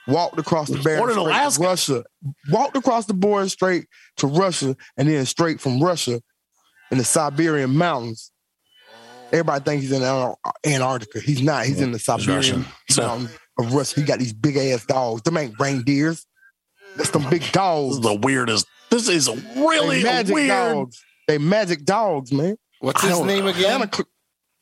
Walked across the Bering
Born in
Strait to
Alaska?
Russia. Walked across the Bering Strait to Russia, and then straight from Russia in the Siberian mountains. Everybody thinks he's in Antar- Antarctica. He's not. He's in the Siberian
Russian. So-
mountains of Russia. He got these big ass dogs. Them ain't reindeers. That's them big
This is
dogs.
the weirdest. This is really
they magic
weird.
dogs. They magic dogs, man.
What's
I
his
don't-
name again?
Santa Cl-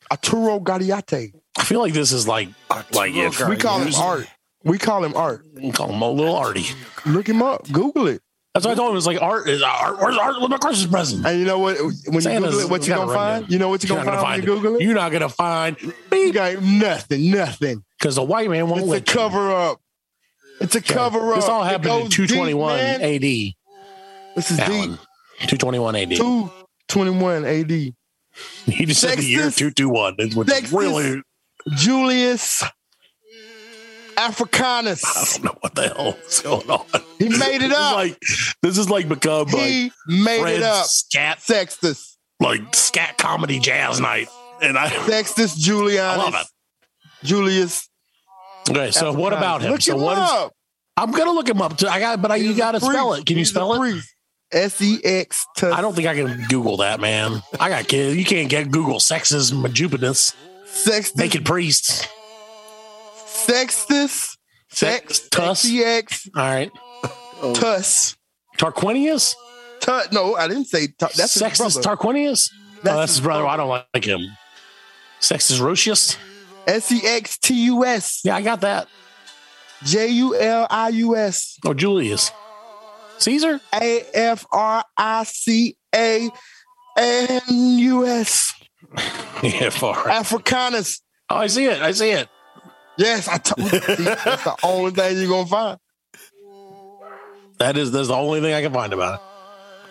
Arturo Gadiate.
I feel like this is like like if
We call him Art. We call him Art.
we call him a little arty.
Look him up. Google it.
That's what I told him. It was like art is art. Where's art with my Christmas present?
And you know what? When you
Santa's
Google it, what you
gotta
gonna
run
find?
down.
You know what you
You're
gonna,
not
find, when you Google it?
You're not gonna find
You got nothing, nothing.
because the white man won't
It's a
let you.
cover up. It's a cover up.
This all
It
happened in
goes deep,
221
man.
AD.
This is
Alan.
deep.
221 AD.
Two twenty-one AD.
He just said the year
Sextus.
221. It's which is
Sextus.
really,
Julius
I
Africanus.
don't know what the hell is going on.
He made
This
it
is
up.
like this is like become like
he made
Fred's
it up.
scat
Sextus.
like scat comedy jazz night, and I
Sextus
I
Julianus.
love it.
Julius.
Okay, so
Africanus.
what about him?
Look
so
him
what is-
up.
I'm gonna look him up. Too. I got, but I, you
He's a
gotta spell
priest.
it. Can you
He's a
spell it?
priest. S E X.
I don't think I can Google that, man. I got kids. You can't get Google sexes, majupinus,
Sextus.
naked priests,
Sextus. Sex.
Tus. Oh.
X.
All right,
Tus.
Tarquinius.
Tut. No, I didn't say tut. That's
Sextus
his brother.
Tarquinius. oh, that's his brother. I don't like him. Sextus Rocius.
S E X T U S.
Yeah, I got that.
J U L I U S.
Oh, Julius. Caesar.
A F R I C A N U S.
Yeah, far.
Africanus.
Oh, I see it. I see it.
Yes, I told you. See, That's the only thing you're gonna find.
That is that's the only thing I can find about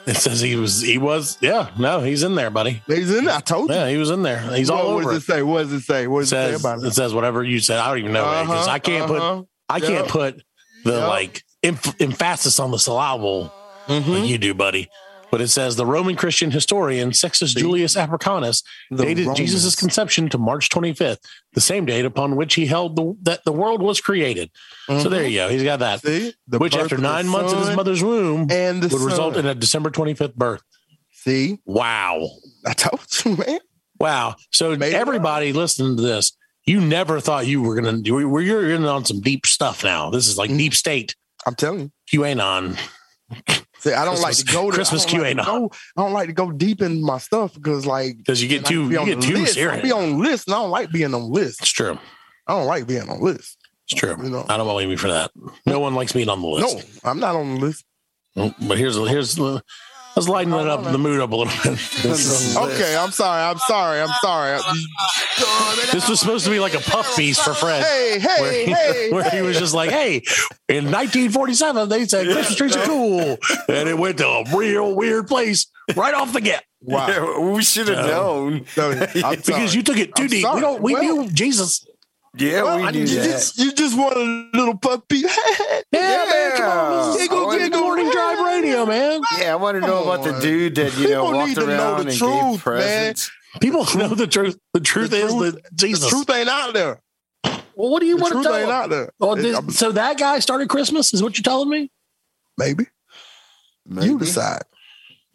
it. It says he was he was yeah no he's in there buddy
He's in there. I told you.
yeah he was in there he's
what,
all
what
over
does it say? What does it say? What
it
does it,
says
say about
it
it?
says whatever you said I don't even know because
Uh-huh,
I can't
uh-huh.
put I can't
Yep.
put the
Yep.
like emph- emphasis on the syllable
Mm-hmm.
like you do buddy but it says the Roman Christian historian Sextus Julius Africanus
The
dated
Romans.
Jesus' conception to March 25th the same date upon which he held the, that the world was created so there you go he's got that
Mm-hmm. See, The
which
birth
after
of the
nine months of his
son
mother's womb
and the
would result
son.
in a December 25th birth.
See,
Wow.
I told you, man.
Wow. So
Made it
everybody listening to this, you never thought you were going to, you're, you're in on some deep stuff now. This is like
Mm.
deep state
I'm telling you.
QAnon.
See, I don't like
Christmas-
to go there.
Christmas
I don't like
QAnon.
to go- I don't like to go deep in my stuff because, like,
'Cause you get
and I
too-
be
you
on
get
the
too
list.
serious.
I be on lists, and I don't like being on lists.
It's true.
I don't like being on lists.
It's true.
You know.
I don't blame you for that. No one likes being on the list.
No, I'm not on the list.
No. But here's, here's, let's lighten it up, the mood up a little bit. This,
Okay, I'm sorry. I'm sorry. I'm sorry.
this was supposed to be like a puff piece for Fred.
Hey, hey,
where he,
hey,
where he was just like, "Hey, in 1947, they said Christmas trees are cool," and it went to a real weird place right off the get
Wow.
we should have known.
So, I'm
because
sorry.
you took it too
I'm
deep.
sorry.
We don't. We
Well-
knew Jesus.
Yeah,
Well,
we
I-
knew
you
that.
just you just want a little puppy.
Yeah, man, come on, this is
Giggle,
morning-
giggle.
morning drive radio, man.
Yeah, I want to know
Come
about the
on.
dude that you know
People need
walked
to know
around
the
and gave
truth, man.
presents.
People know the truth. The truth
The
is
truth-
that
The
Jesus.
truth ain't out there.
well, what do you
The
want to
truth
tell?
ain't
them?
out there.
Oh,
It-
this-
I'm-
so that guy started Christmas is what you're telling me?
Maybe. You decide.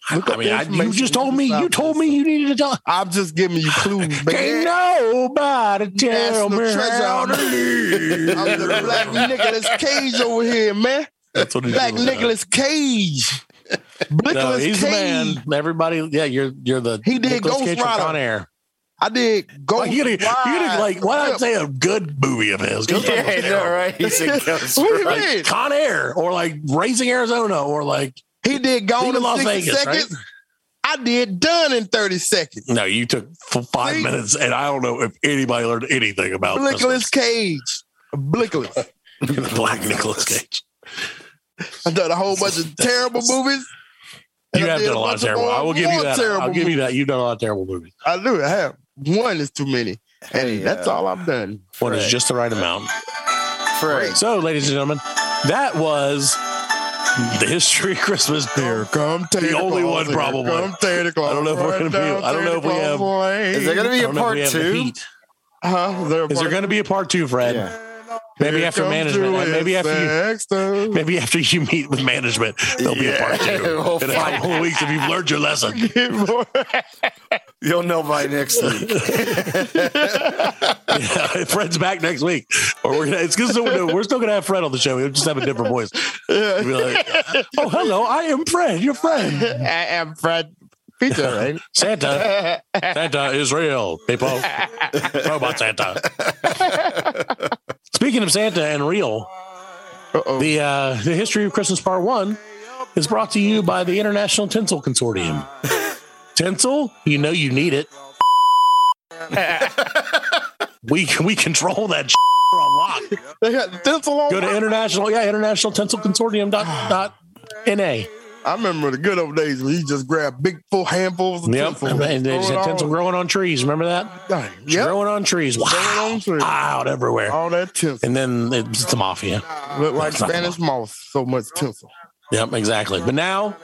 Look
I
up
mean,
the
I, you
information
just told me.
decide
You
for
told me
yourself.
you needed to tell.
I'm just giving you clues,
Ain't
man.
nobody tell
National
me
treasure.
how
I'm
to live.
I'm the black Nicholas Cage over here, man.
That's what
Black Nicholas Cage.
No,
Nicholas
he's
Cage.
the man. Everybody, yeah, you're you're the
He did
Nicolas
Ghost
from
Rider.
Con Air.
I did go.
Like you did, you did
wide.
like why not say a good movie of his? Ghost Rider was
Yeah, all
terrible.
right. He said, "Ghost
What do you
Rider."
mean?
Con Air or like Raising Arizona or like
He did
Leave
gone
in
in
Las
60
Vegas, right?
seconds. I did done in 30 seconds.
no, you took f- five
See?
minutes and I don't know if anybody learned anything about
Nicholas Cage. Blickles.
Christmas. Black Nicholas Cage.
I done a whole bunch of terrible movies.
You
And I
have
did
done
a
a lot
bunch
of
of
terrible. I will give you
more
that. I'll
terrible
give you that. You've done a lot of terrible movies.
I do. I have one is too many. And
Hey,
that's
uh,
all I've done.
One is
Right.
just the right amount.
Fred.
So, ladies and gentlemen, that was the history of Christmas
Here come Tater Claus.
only one
Here
probably.
Come Tater Claus.
I don't know if we're
Run
gonna be-
down
I don't know if we
Tater
have-
Claus Lane.
Is there going to be
I
a
don't know if
part
we have the
two?
heat.
Huh? Is there, a
Is there
part-
going to be a part two, Fred?
Yeah.
Maybe
Here
after
comes
management.
Julius
Maybe after you.
Sexton.
Maybe after you meet with management, there'll be a part
Yeah.
two
We'll
in a
find
couple of weeks if you've learned your lesson.
You'll know by next week.
Yeah, Fred's back next week, or we're gonna, it's because we're still going to have Fred on the show. We'll just have a different voice. We'll be like, oh, hello, I am Fred, your friend,
I am Fred Peter, right?
Santa. Santa is real, people. Robot Santa. Speaking of Santa and real,
Uh-oh.
the uh, the history of Christmas Part One is brought to you by the International Tinsel Consortium. Tinsel, you know you need it. we we control that on lock.
They got the tinsel on.
Go to international yeah international tinsel consortium dot dot na.
I remember the good old days when you just grabbed big full handfuls of
Yep,
tinsel.
and they just
throw
had
it
tinsel
on.
growing on trees. Remember that?
Dang, Yep.
Growing on trees. Wow,
Growing on trees.
out everywhere.
All that tinsel.
And then it's the mafia.
Look like
That's not
Spanish moss. So much tinsel.
Yep, exactly. But now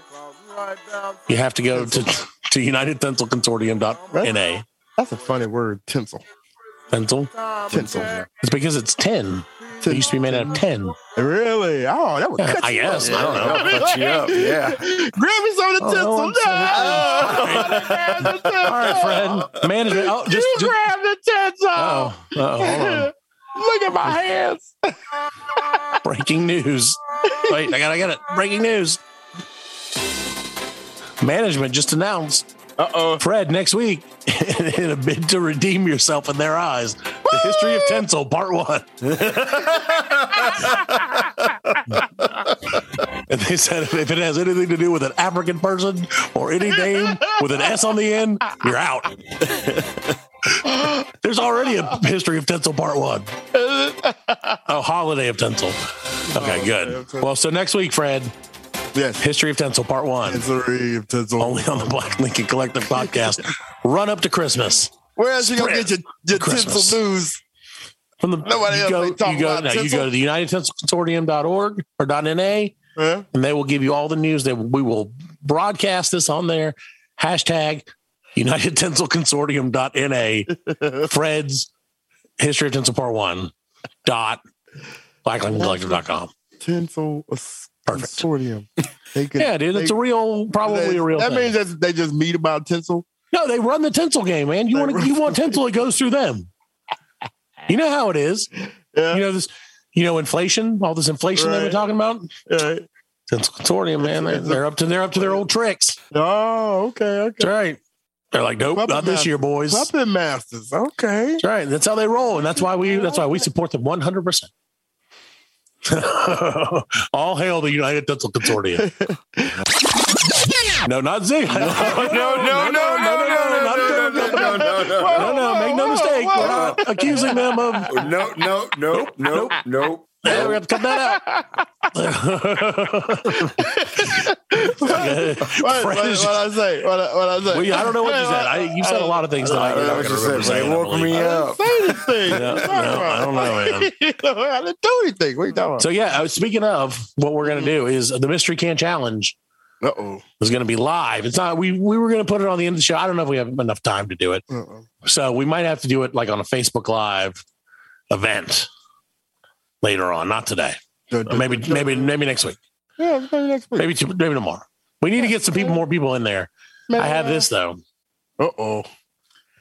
you have to go to to UnitedTenselConsortium.na.
That's a funny word, tinsel.
Pencil?
Um, Tinsel.
It's because it's tin. It used to be made out of tin.
Really? Oh, that would
Yeah,
cut
I
you
guess.
up.
I don't know.
That would
Cut you up, yeah.
Grab me some of the tinsel.
Oh,
no.
All right, Fred. Management. Oh, just.
you
just
grab the tinsel.
oh, oh, hold on.
Look at my hands.
Breaking news. Wait, I gotta get it. Breaking news. Management just announced. Uh oh. Fred, next week, in a bid to redeem yourself in their eyes, the history of tinsel, part one. and they said if it has anything to do with an African person or any name with an S on the end, you're out. There's already a history of tinsel, part one. Oh, Holiday of Tinsel. Okay, good. Well, so next week, Fred.
Yes.
History of Tinsel, part one.
History of Tinsel.
Only on the Black Lincoln Collective podcast. Run up to Christmas.
Where else you gonna
Spread
get your, your
Christmas.
tinsel news?
From the
Nobody
you
else
go,
ain't talking
you go,
about
no, you
tinsel.
go to the United Tinsel Consortium.org or .na, and they will give you all the news. That we will broadcast this on there. Hashtag United Tinsel Consortium.na. Fred's History of Tinsel Part One. Dot Black Lincoln Collective.com.
Tinsel as- consortium. They could-
Yeah, dude, it's a real, probably
they-
a real
That
thing.
means that they just meet about tinsel.
No, they run the tinsel game, man. You want to, you want tinsel, it goes through them. You know how it is. You know this. You know inflation, all this inflation they've been talking about.
Right.
Tinsel consortium, man. They're, they're up to they're up to their old tricks.
Oh, okay, okay.
That's right. They're like, nope, not this year, boys. That's
Puppet masters. Okay.
right. That's how they roll, and that's why we that's why we support them one hundred percent. All hail the United Tinsel Consortium. no, not Z.
No, no, no, no, no, no, no, no, no, no, no, no.
No, no, make no mistake.
whoa.
We're not accusing them of.
No, no, no, no, no.
Yeah, we have to cut that out.
What, what, what I say? What I, what I say?
Well, yeah, I don't know what you said. I, you said a lot of things that I,
I
you're
know
not
what
gonna
you
remember
said,
saying,
but
I
woke
believe.
me up.
Say anything.
No, no, I don't know, man.
You know, I didn't do anything. What are you talking about?
So yeah, uh, speaking of what we're gonna do is the mystery can challenge
Uh oh.
is gonna be live. It's not we we were gonna put it on the end of the show. I don't know if we have enough time to do it. So we might have to do it like on a Facebook Live event later on, not today. Or maybe maybe maybe next week.
Yeah, maybe next week.
Maybe to, maybe tomorrow. We need to get some people, more people in there. I have this though,
Uh oh.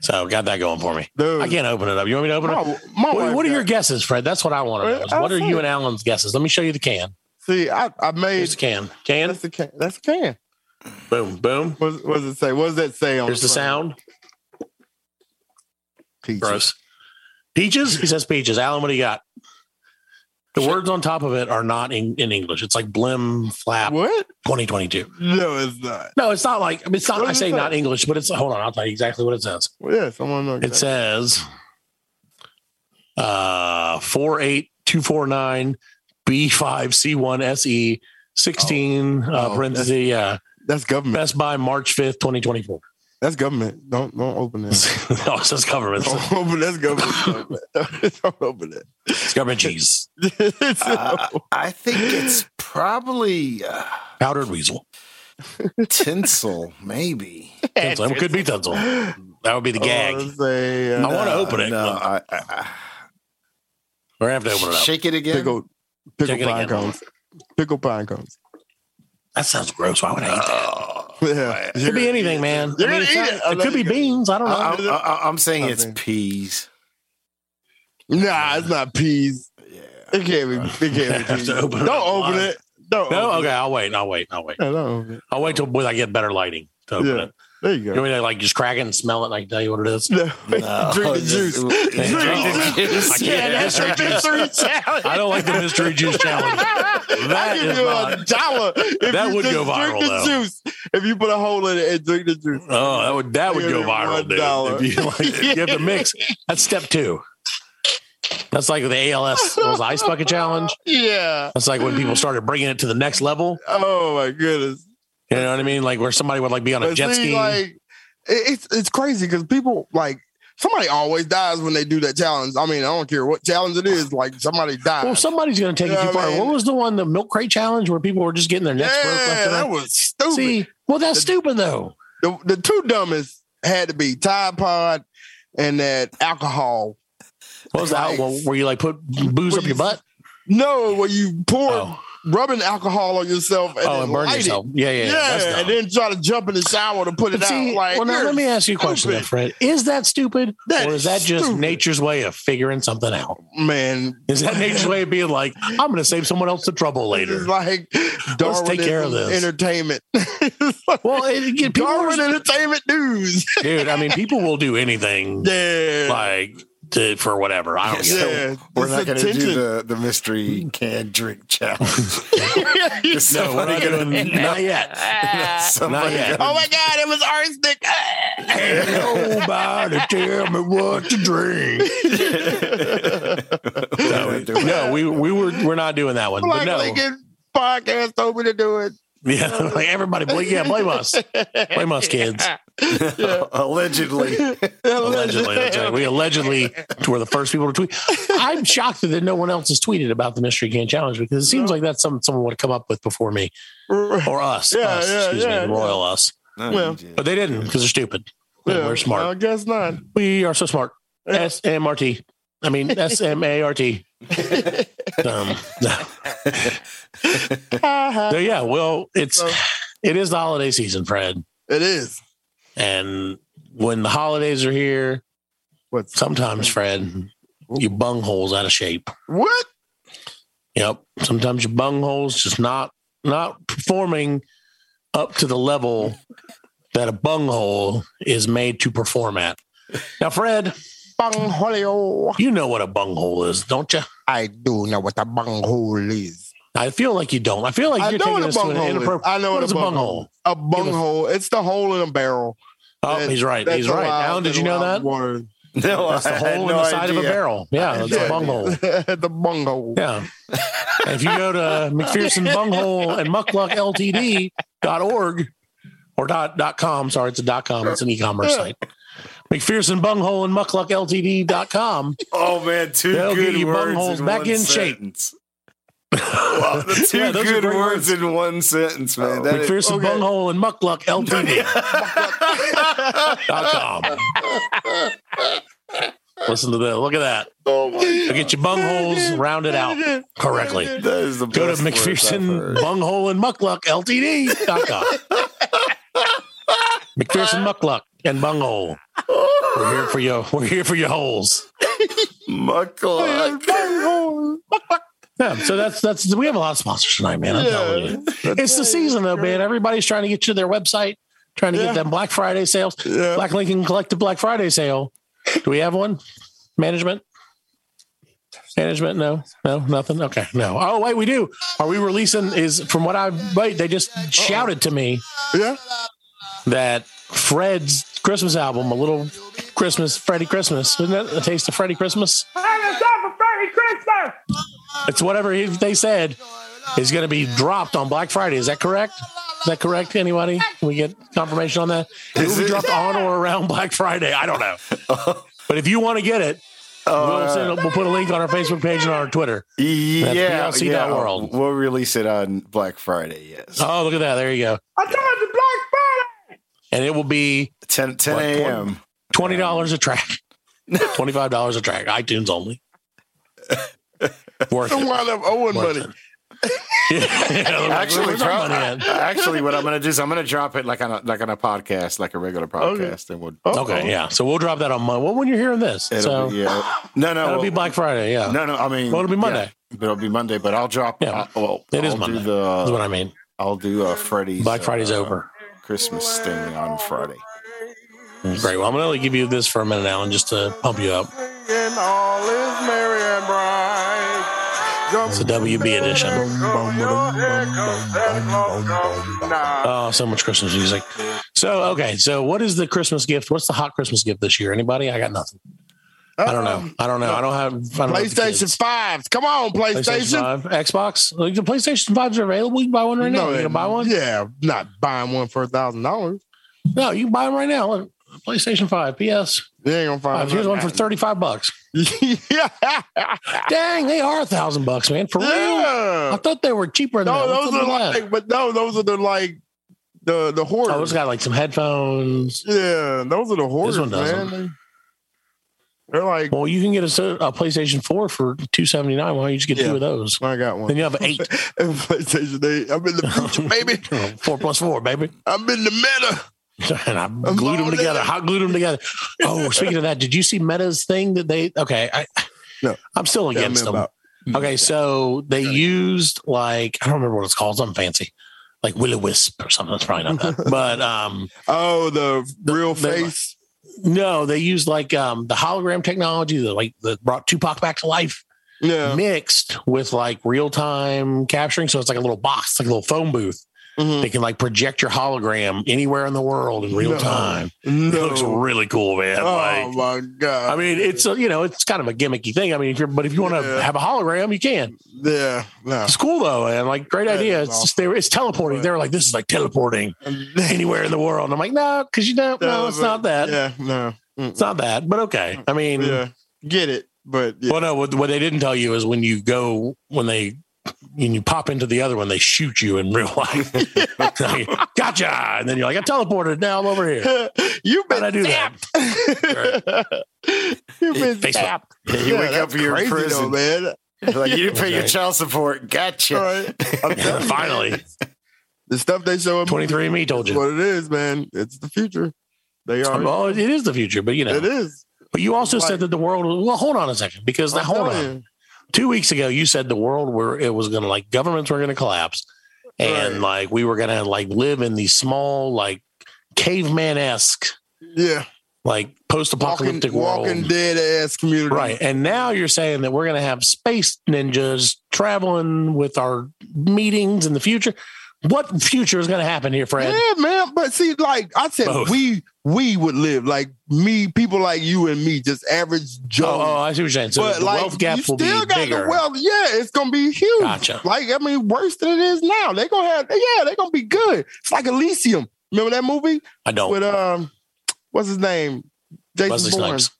so got that going for me.
Dude.
I can't open it up. You want me to open
My-
it?
my
what,
wife
what are
Oh, got-
your guesses, Fred? That's what I want to know. is
I'll
What are you
say.
and Alan's guesses? Let me show you the can.
See, I, I made
Here's the can. Can.
that's the can. That's the can.
Boom. Boom.
What, what does it say? What does that say on
Here's the sound.
front? Peaches.
Gross. Peaches. He says peaches. Alan, what do you got? The words on top of it are not in, in English. It's like blim flap
What?
2022.
No, it's not.
No, it's not like it's not.
What
I
does it
say
say?
not English, but it's hold on. I'll tell you exactly what it says.
Well, yes, I'm on
It says uh 48249 B5C1SE 16 E uh,
Oh,
parenthesis uh,
That's government.
Best Buy March 5th 2024.
That's government. Don't don't open it.
oh, it says government. It says
Don't open. That's government. don't
Uh,
open it.
government cheese.
It's-
Uh, I think it's probably uh,
Powdered weasel.
tinsel, maybe.
Tinsel. It could be tinsel. That would be the gag.
I wanna say,
I
uh,
want to open it.
No, I, I,
We're going to have to
I,
open it up.
shake it again.
pickle pickle
Check it
pine
again.
cones. Pickle pine cones.
That sounds gross. Why would I eat that?
Yeah.
It could be anything, man. I
You're
mean,
gonna
it's
eat
not-
it. I
It
know
could be
you're gonna-
beans. I don't know.
I, I, am saying it's
Nothing.
peas.
Nah, it's not peas.
Yeah.
It can't be. It can't be
Have
peas.
to open it
Don't
up
open
live.
it. Don't.
no,
open
okay. I'll wait. I'll wait. I'll wait.
It. Yeah, don't open it.
I'll wait till I get better lighting to open
Yeah.
it.
There you
You
go.
want me to like just crack it and smell it and I can tell you what it is?
No,
No, Uh,
drink the
just-
juice.
yeah,
Drink the
drink the
juice.
juice.
I can't.
that's
Mystery
a
juice.
mystery challenge.
I don't like the mystery juice challenge. That
I give
is
you
not.
a dollar if
That
you
would
just
go viral,
drink the
though.
juice. If you put a hole in it and drink the juice.
Oh, that would that would
Give
go
me
viral,
$1.
dude. If you, like, if you have to mix, that's step two. That's like the ALS what was the ice bucket challenge.
Yeah.
That's like when people started bringing it to the next level.
Oh my goodness.
You know what I mean? Like where somebody would like be on a
But
jet
see,
ski.
like it- it's it's crazy because people like somebody always dies when they do that challenge. I mean, I don't care what challenge it is, like somebody dies.
well, somebody's going to take it
Yeah,
too far.
I mean-
what was the one, the milk crate challenge, where people were just getting their necks broke left
yeah,
and
that
right?
was stupid.
See, well, that's stupid though.
the the two dumbest had to be Tide Pod and that alcohol
What was that? Well, were you like put booze up your butt?
No, where you pour rubbing alcohol on yourself and,
Oh,
then
and burn
light it.
yourself. Yeah, yeah, yeah. That's dumb.
and then try to jump in the shower to put it
But see,
out. Like,
well, now
you're
let me ask you a question, then, Fred.
stupid.
Is that stupid,
That
or is
is
that just
stupid.
nature's way of figuring something out?
Man,
is that nature's way of being like, I'm going to save someone else the trouble later?
It's like
Let's take care of
Darwinism
this.
entertainment.
well, it, it, people
Darwin
are-
entertainment news.
dude. I mean, people will do anything,
yeah,
like to, for whatever. I don't
So
care.
we're
this
not going to do
attention-
the, the mystery canned drink challenge. Is
No, we're
somebody
not doing
gonna-
not yet.
somebody
not yet.
gonna-
Oh my God, it was arsenic.
Nobody tell me what to drink.
We're not doing
No, we we were we're not doing that one. But
like
no,
Lincoln podcast told me to do it.
yeah, like everybody, bl- yeah, blame us, blame us, kids.
that. Allegedly.
Allegedly, that's right. we allegedly were the first people to tweet. I'm shocked that no one else has tweeted about the mystery can challenge because it seems like that's something someone would have come up with before me or us.
Yeah,
us,
yeah,
excuse
yeah,
me, the royal us.
No,
Well,
you did.
But they didn't because they're stupid. And
Yeah,
we're smart.
I guess not.
We are so smart. S M R T. I mean S M A R T. Um, so yeah, well, it's it is the holiday season, Fred,
It is.
and when the holidays are here,
What's
sometimes Fred,
Mm-hmm.
your bunghole's out of shape.
what?
Yep, sometimes your bunghole's just not not performing up to the level that a bunghole is made to perform at. Now, Fred,
Bungholio.
you know what a bunghole is, don't you?
I do know what a bunghole is.
I feel like you don't. I feel like
I
you're
know
taking
what a
this to an
bunghole is.
inappropriate.
I know what
is
a bunghole A bunghole. It's the hole in a barrel.
Oh,
That-
he's right.
that's
He's right.
allowed-
Alan, did
that's
you know
allowed
that?
Water.
No,
That's the
I had
hole in
no
the side of a
idea.
barrel. Yeah, it's a bunghole.
the bunghole.
Yeah. And if you go to McPherson Bunghole and MuckluckLTD.org or dot, dot com, sorry, it's a dot com, it's an e commerce site. McPherson Bunghole and MuckluckLTD.com.
Oh man, two
They'll get
good
you
words
bungholes
in
back
one
in shape.
sentence. Wow, the two
Yeah, those are
good
great
words,
words. Oh,
in one sentence, man. That is-
McPherson
okay.
Bunghole and MuckluckLTD.com. Listen to this. Look at that.
Oh my
They'll get your bungholes rounded out correctly.
that is the
Go to
best words I've
McPherson
heard.
Bunghole and Muckluck LTD.com. McPherson Muckluck and Bunghole. We're here for your we're here for your holes.
Muckluck.
bunghole.
Yeah, so that's that's we have a lot of sponsors tonight, man. I'm telling you. It's the season though, man. Everybody's trying to get to their website, trying to
Yeah.
get them Black Friday sales.
Yeah.
Black Lincoln Collective Black Friday sale. Do we have one? Management? Management? No, no, nothing. Okay, no. Oh wait, we do. Are we releasing? Is from what I wait, they just shouted to me
Yeah.
that Fred's Christmas album, a little Christmas, Freddy Christmas, isn't that a taste of Freddy Christmas? It's whatever he, they said is going to be dropped on Black Friday. Is that correct? Is that correct? Anybody? Can we get confirmation on that? It will be dropped on or around Black Friday. I don't know. But if you want to get it,
Oh, uh,
we'll, send, we'll put a link on our Facebook page and on our Twitter. That's
Yeah,
PLC
yeah.
dot world.
We'll release it on Black Friday. Yes,
Oh, look at that. There you go. And it will be
10, 10
What,
a.m.
$20 a track,
Um,
$25 a track, iTunes only. Worth
The
it.
one of Owen
Worth
money.
it. Yeah,
Actually,
where's our
prob-
money at?
Uh, actually, what I'm gonna do is I'm gonna drop it like on a, like on a podcast, like a regular podcast, and we'll.
Oh.
Okay, yeah. So we'll drop that on Monday. Well, when you're hearing this,
Oh. It'll
so
be, yeah. No, no,
that'll
well,
be Black Friday. Yeah,
No, no. I mean,
Well, it'll be
yeah,
Monday.
but it'll be Monday. But I'll drop.
Yeah.
I, well,
It is
I'll
Monday,
Do the,
that's what I mean.
I'll do a Friday's
Black Friday's
uh,
over.
Christmas thing on Friday.
Great. Well, I'm gonna only give you this for a minute, Alan, just to pump you up.
And all is merry and bright.
It's a WB edition. Oh, so much Christmas music. So okay, so what is the Christmas gift? What's the hot Christmas gift this year? Anybody? I got nothing. I don't know. I don't know. I don't have I don't know the
PlayStation
kids.
5s. Come on,
PlayStation 5,
PlayStation.
Xbox. Like the PlayStation 5s are available. You can buy one right now. You gonna buy one?
Yeah, not buying one for a thousand dollars.
No, you can buy them right now. Look, PlayStation 5, PS.
You ain't gonna
Uh,
find
here's one for
nothing.
35 bucks.
yeah.
Dang, they are a thousand bucks, man. For real? I thought they were cheaper than
No,
that. What's
those
up
are
with that?
like, but no, those are the like the the hoarders.
Oh, it's got like some headphones.
yeah, those are the hoarders,
one doesn't.
man. They're like,
well, you can get a, a PlayStation Four for two seventy nine. Why don't you just get
Yeah,
two of those?
I got one.
Then you have eight.
PlayStation 8. I'm in the future, baby.
four plus four, baby.
I'm in the meta.
and I glued them together. Hot glued them together. Oh, speaking of that, did you see Meta's thing that they? Okay, I,
no,
I'm still
Tell me
against them.
about-
Okay, so they used like I don't remember what it's called. Something fancy, like Willy Wisp or something. That's probably not that. But um,
oh, the, real
face. No, they used like um the hologram technology that like that brought Tupac back to life.
Yeah,
mixed with like real time capturing, so it's like a little box, like a little phone booth. They can like project your hologram anywhere in the world in real
Hmm. No.
time. It
mm-hmm. No.
looks really cool, man.
Oh,
like,
my God.
I mean, it's a, you know, it's kind of a gimmicky thing. I mean, if you're, but if you want to have a hologram, you can.
Yeah,
it's cool though, and like great idea. It's just they were, it's teleporting. They were like, this is like teleporting anywhere in the world. And I'm like, no, because you know, no, it's not that.
Yeah, no,
it's not that. But okay, I mean,
Yeah. Get it, but
well, no. What, what they didn't tell you is when you go when they when you pop into the other one, they shoot you in real life. Like, gotcha! And then you're like, I teleported. Now I'm over here.
You've
been I do that.
You've
been
tapped. Yeah, you wake up,
that's
you're in
crazy
prison.
man.
Like, you didn't pay your
Right.
child support. Gotcha.
I'm telling you,
Finally,
the stuff they show.
twenty three me told you.
What it is, man? It's the future. They are.
Well, it is the future, but you know
It is.
But you also
Like-
said that the world. Well, hold on a second, because now, hold on.
telling
Two weeks ago, you said the world where it was going to like governments were going to collapse, and like we were going to like live in these small like caveman esque
Yeah,
like post
walking,
apocalyptic world.
walking dead ass community.
Right. And now you're saying that we're going to have space ninjas traveling with our meetings in the future. What future is going to happen here, Fred?
Yeah, man. But see, like I said,
Both.
we we would live like me, people like you and me, just average Joe.
Oh, oh, I see what you're saying. So the wealth gap
you
will be
still got
bigger.
The wealth. Yeah, it's gonna be huge.
Gotcha.
Like I mean, worse than it is now. They're gonna have. Yeah, they're gonna be good. It's like Elysium. Remember that movie?
I don't.
With um, what's his name?
Oh. Wesley
Jason Bourne.
Snipes.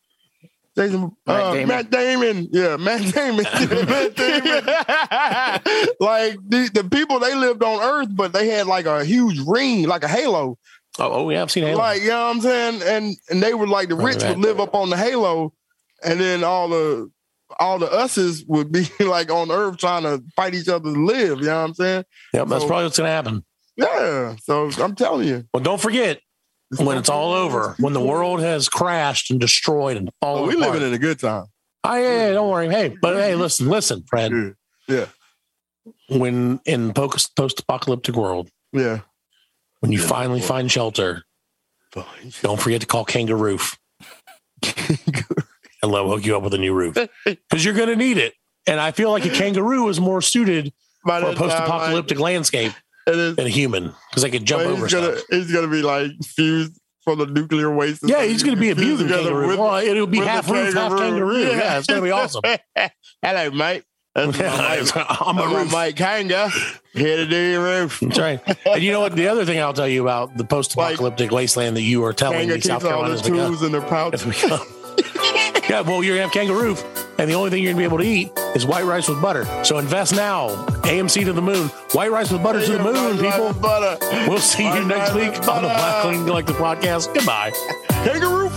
Jason,
Matt
uh,
Damon.
Matt Damon. Yeah, Matt Damon. Matt Damon. like the, the people they lived on Earth, but they had like a huge ring, like a halo.
Oh, oh yeah, I've seen Halo.
Like, you know what I'm saying? And and they were like the rich
that.
would live up on the halo, and then all the all the us's would be like on Earth trying to fight each other to live. You know what I'm saying?
yep, that's
so-
probably what's going to happen.
Yeah. So I'm telling you.
Well, don't forget when it's all over, when the world has crashed and destroyed and fallen.
But Oh, we
apart.
living in a good time.
Oh yeah, yeah, don't worry. Hey, but hey, listen, listen, Fred.
Yeah.
When in post apocalyptic world,
Yeah.
when you finally find shelter, don't forget to call Kangaroo. and let will hook you up with a new roof because you're going to need it. And I feel like a kangaroo is more suited
By
for a
the time,
post apocalictic landscape
It is
than a human because they could jump
But
over
he's gonna,
stuff.
He's gonna be like fused from the nuclear waste.
Yeah, he's going to be a
fused
mutant
together
kangaroo.
with-
well, it'll be
with the
half roof, half kangaroo. Yeah, it's going to be awesome.
Hello, mate. That's my
It's-
Mike.
I'm a
That's my
roof.
Mike Kanga. Here to do your roof.
That's right. And you know what? The other thing I'll tell you about the post-apocalyptic wasteland that you are telling
Kanga
me South
keeps all
Carolina uh,
his
has become.
tools in their pouch.
Yeah, well, you're gonna have kangaroo, and the only thing you're gonna be able to eat is white rice with butter. So invest now. AMC to the moon. White rice with butter to the moon, people.
Butter.
We'll see you next week on the Black Clean Collective podcast. Goodbye.
Kangaroo.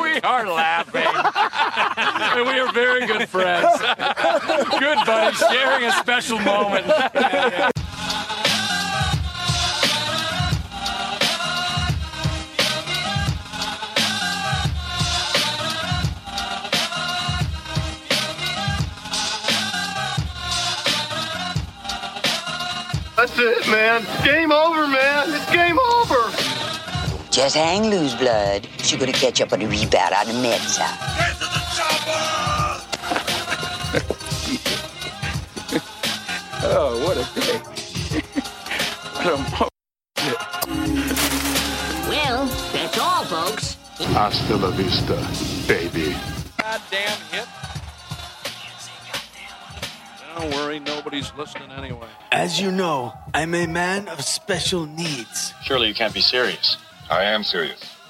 We are laughing. and we are very good friends. good buddies, sharing a special moment.
That's it, man. Game over, man. It's game over.
Just hang loose, blood. She's gonna catch up on the rebound on the Mets side.
Oh, what a day. what a mo-
Well, that's all, folks.
Hasta la vista, baby.
Goddamn hit. Don't worry, nobody's listening anyway.
As you know, I'm a man of special needs.
Surely you can't be serious.
I am serious.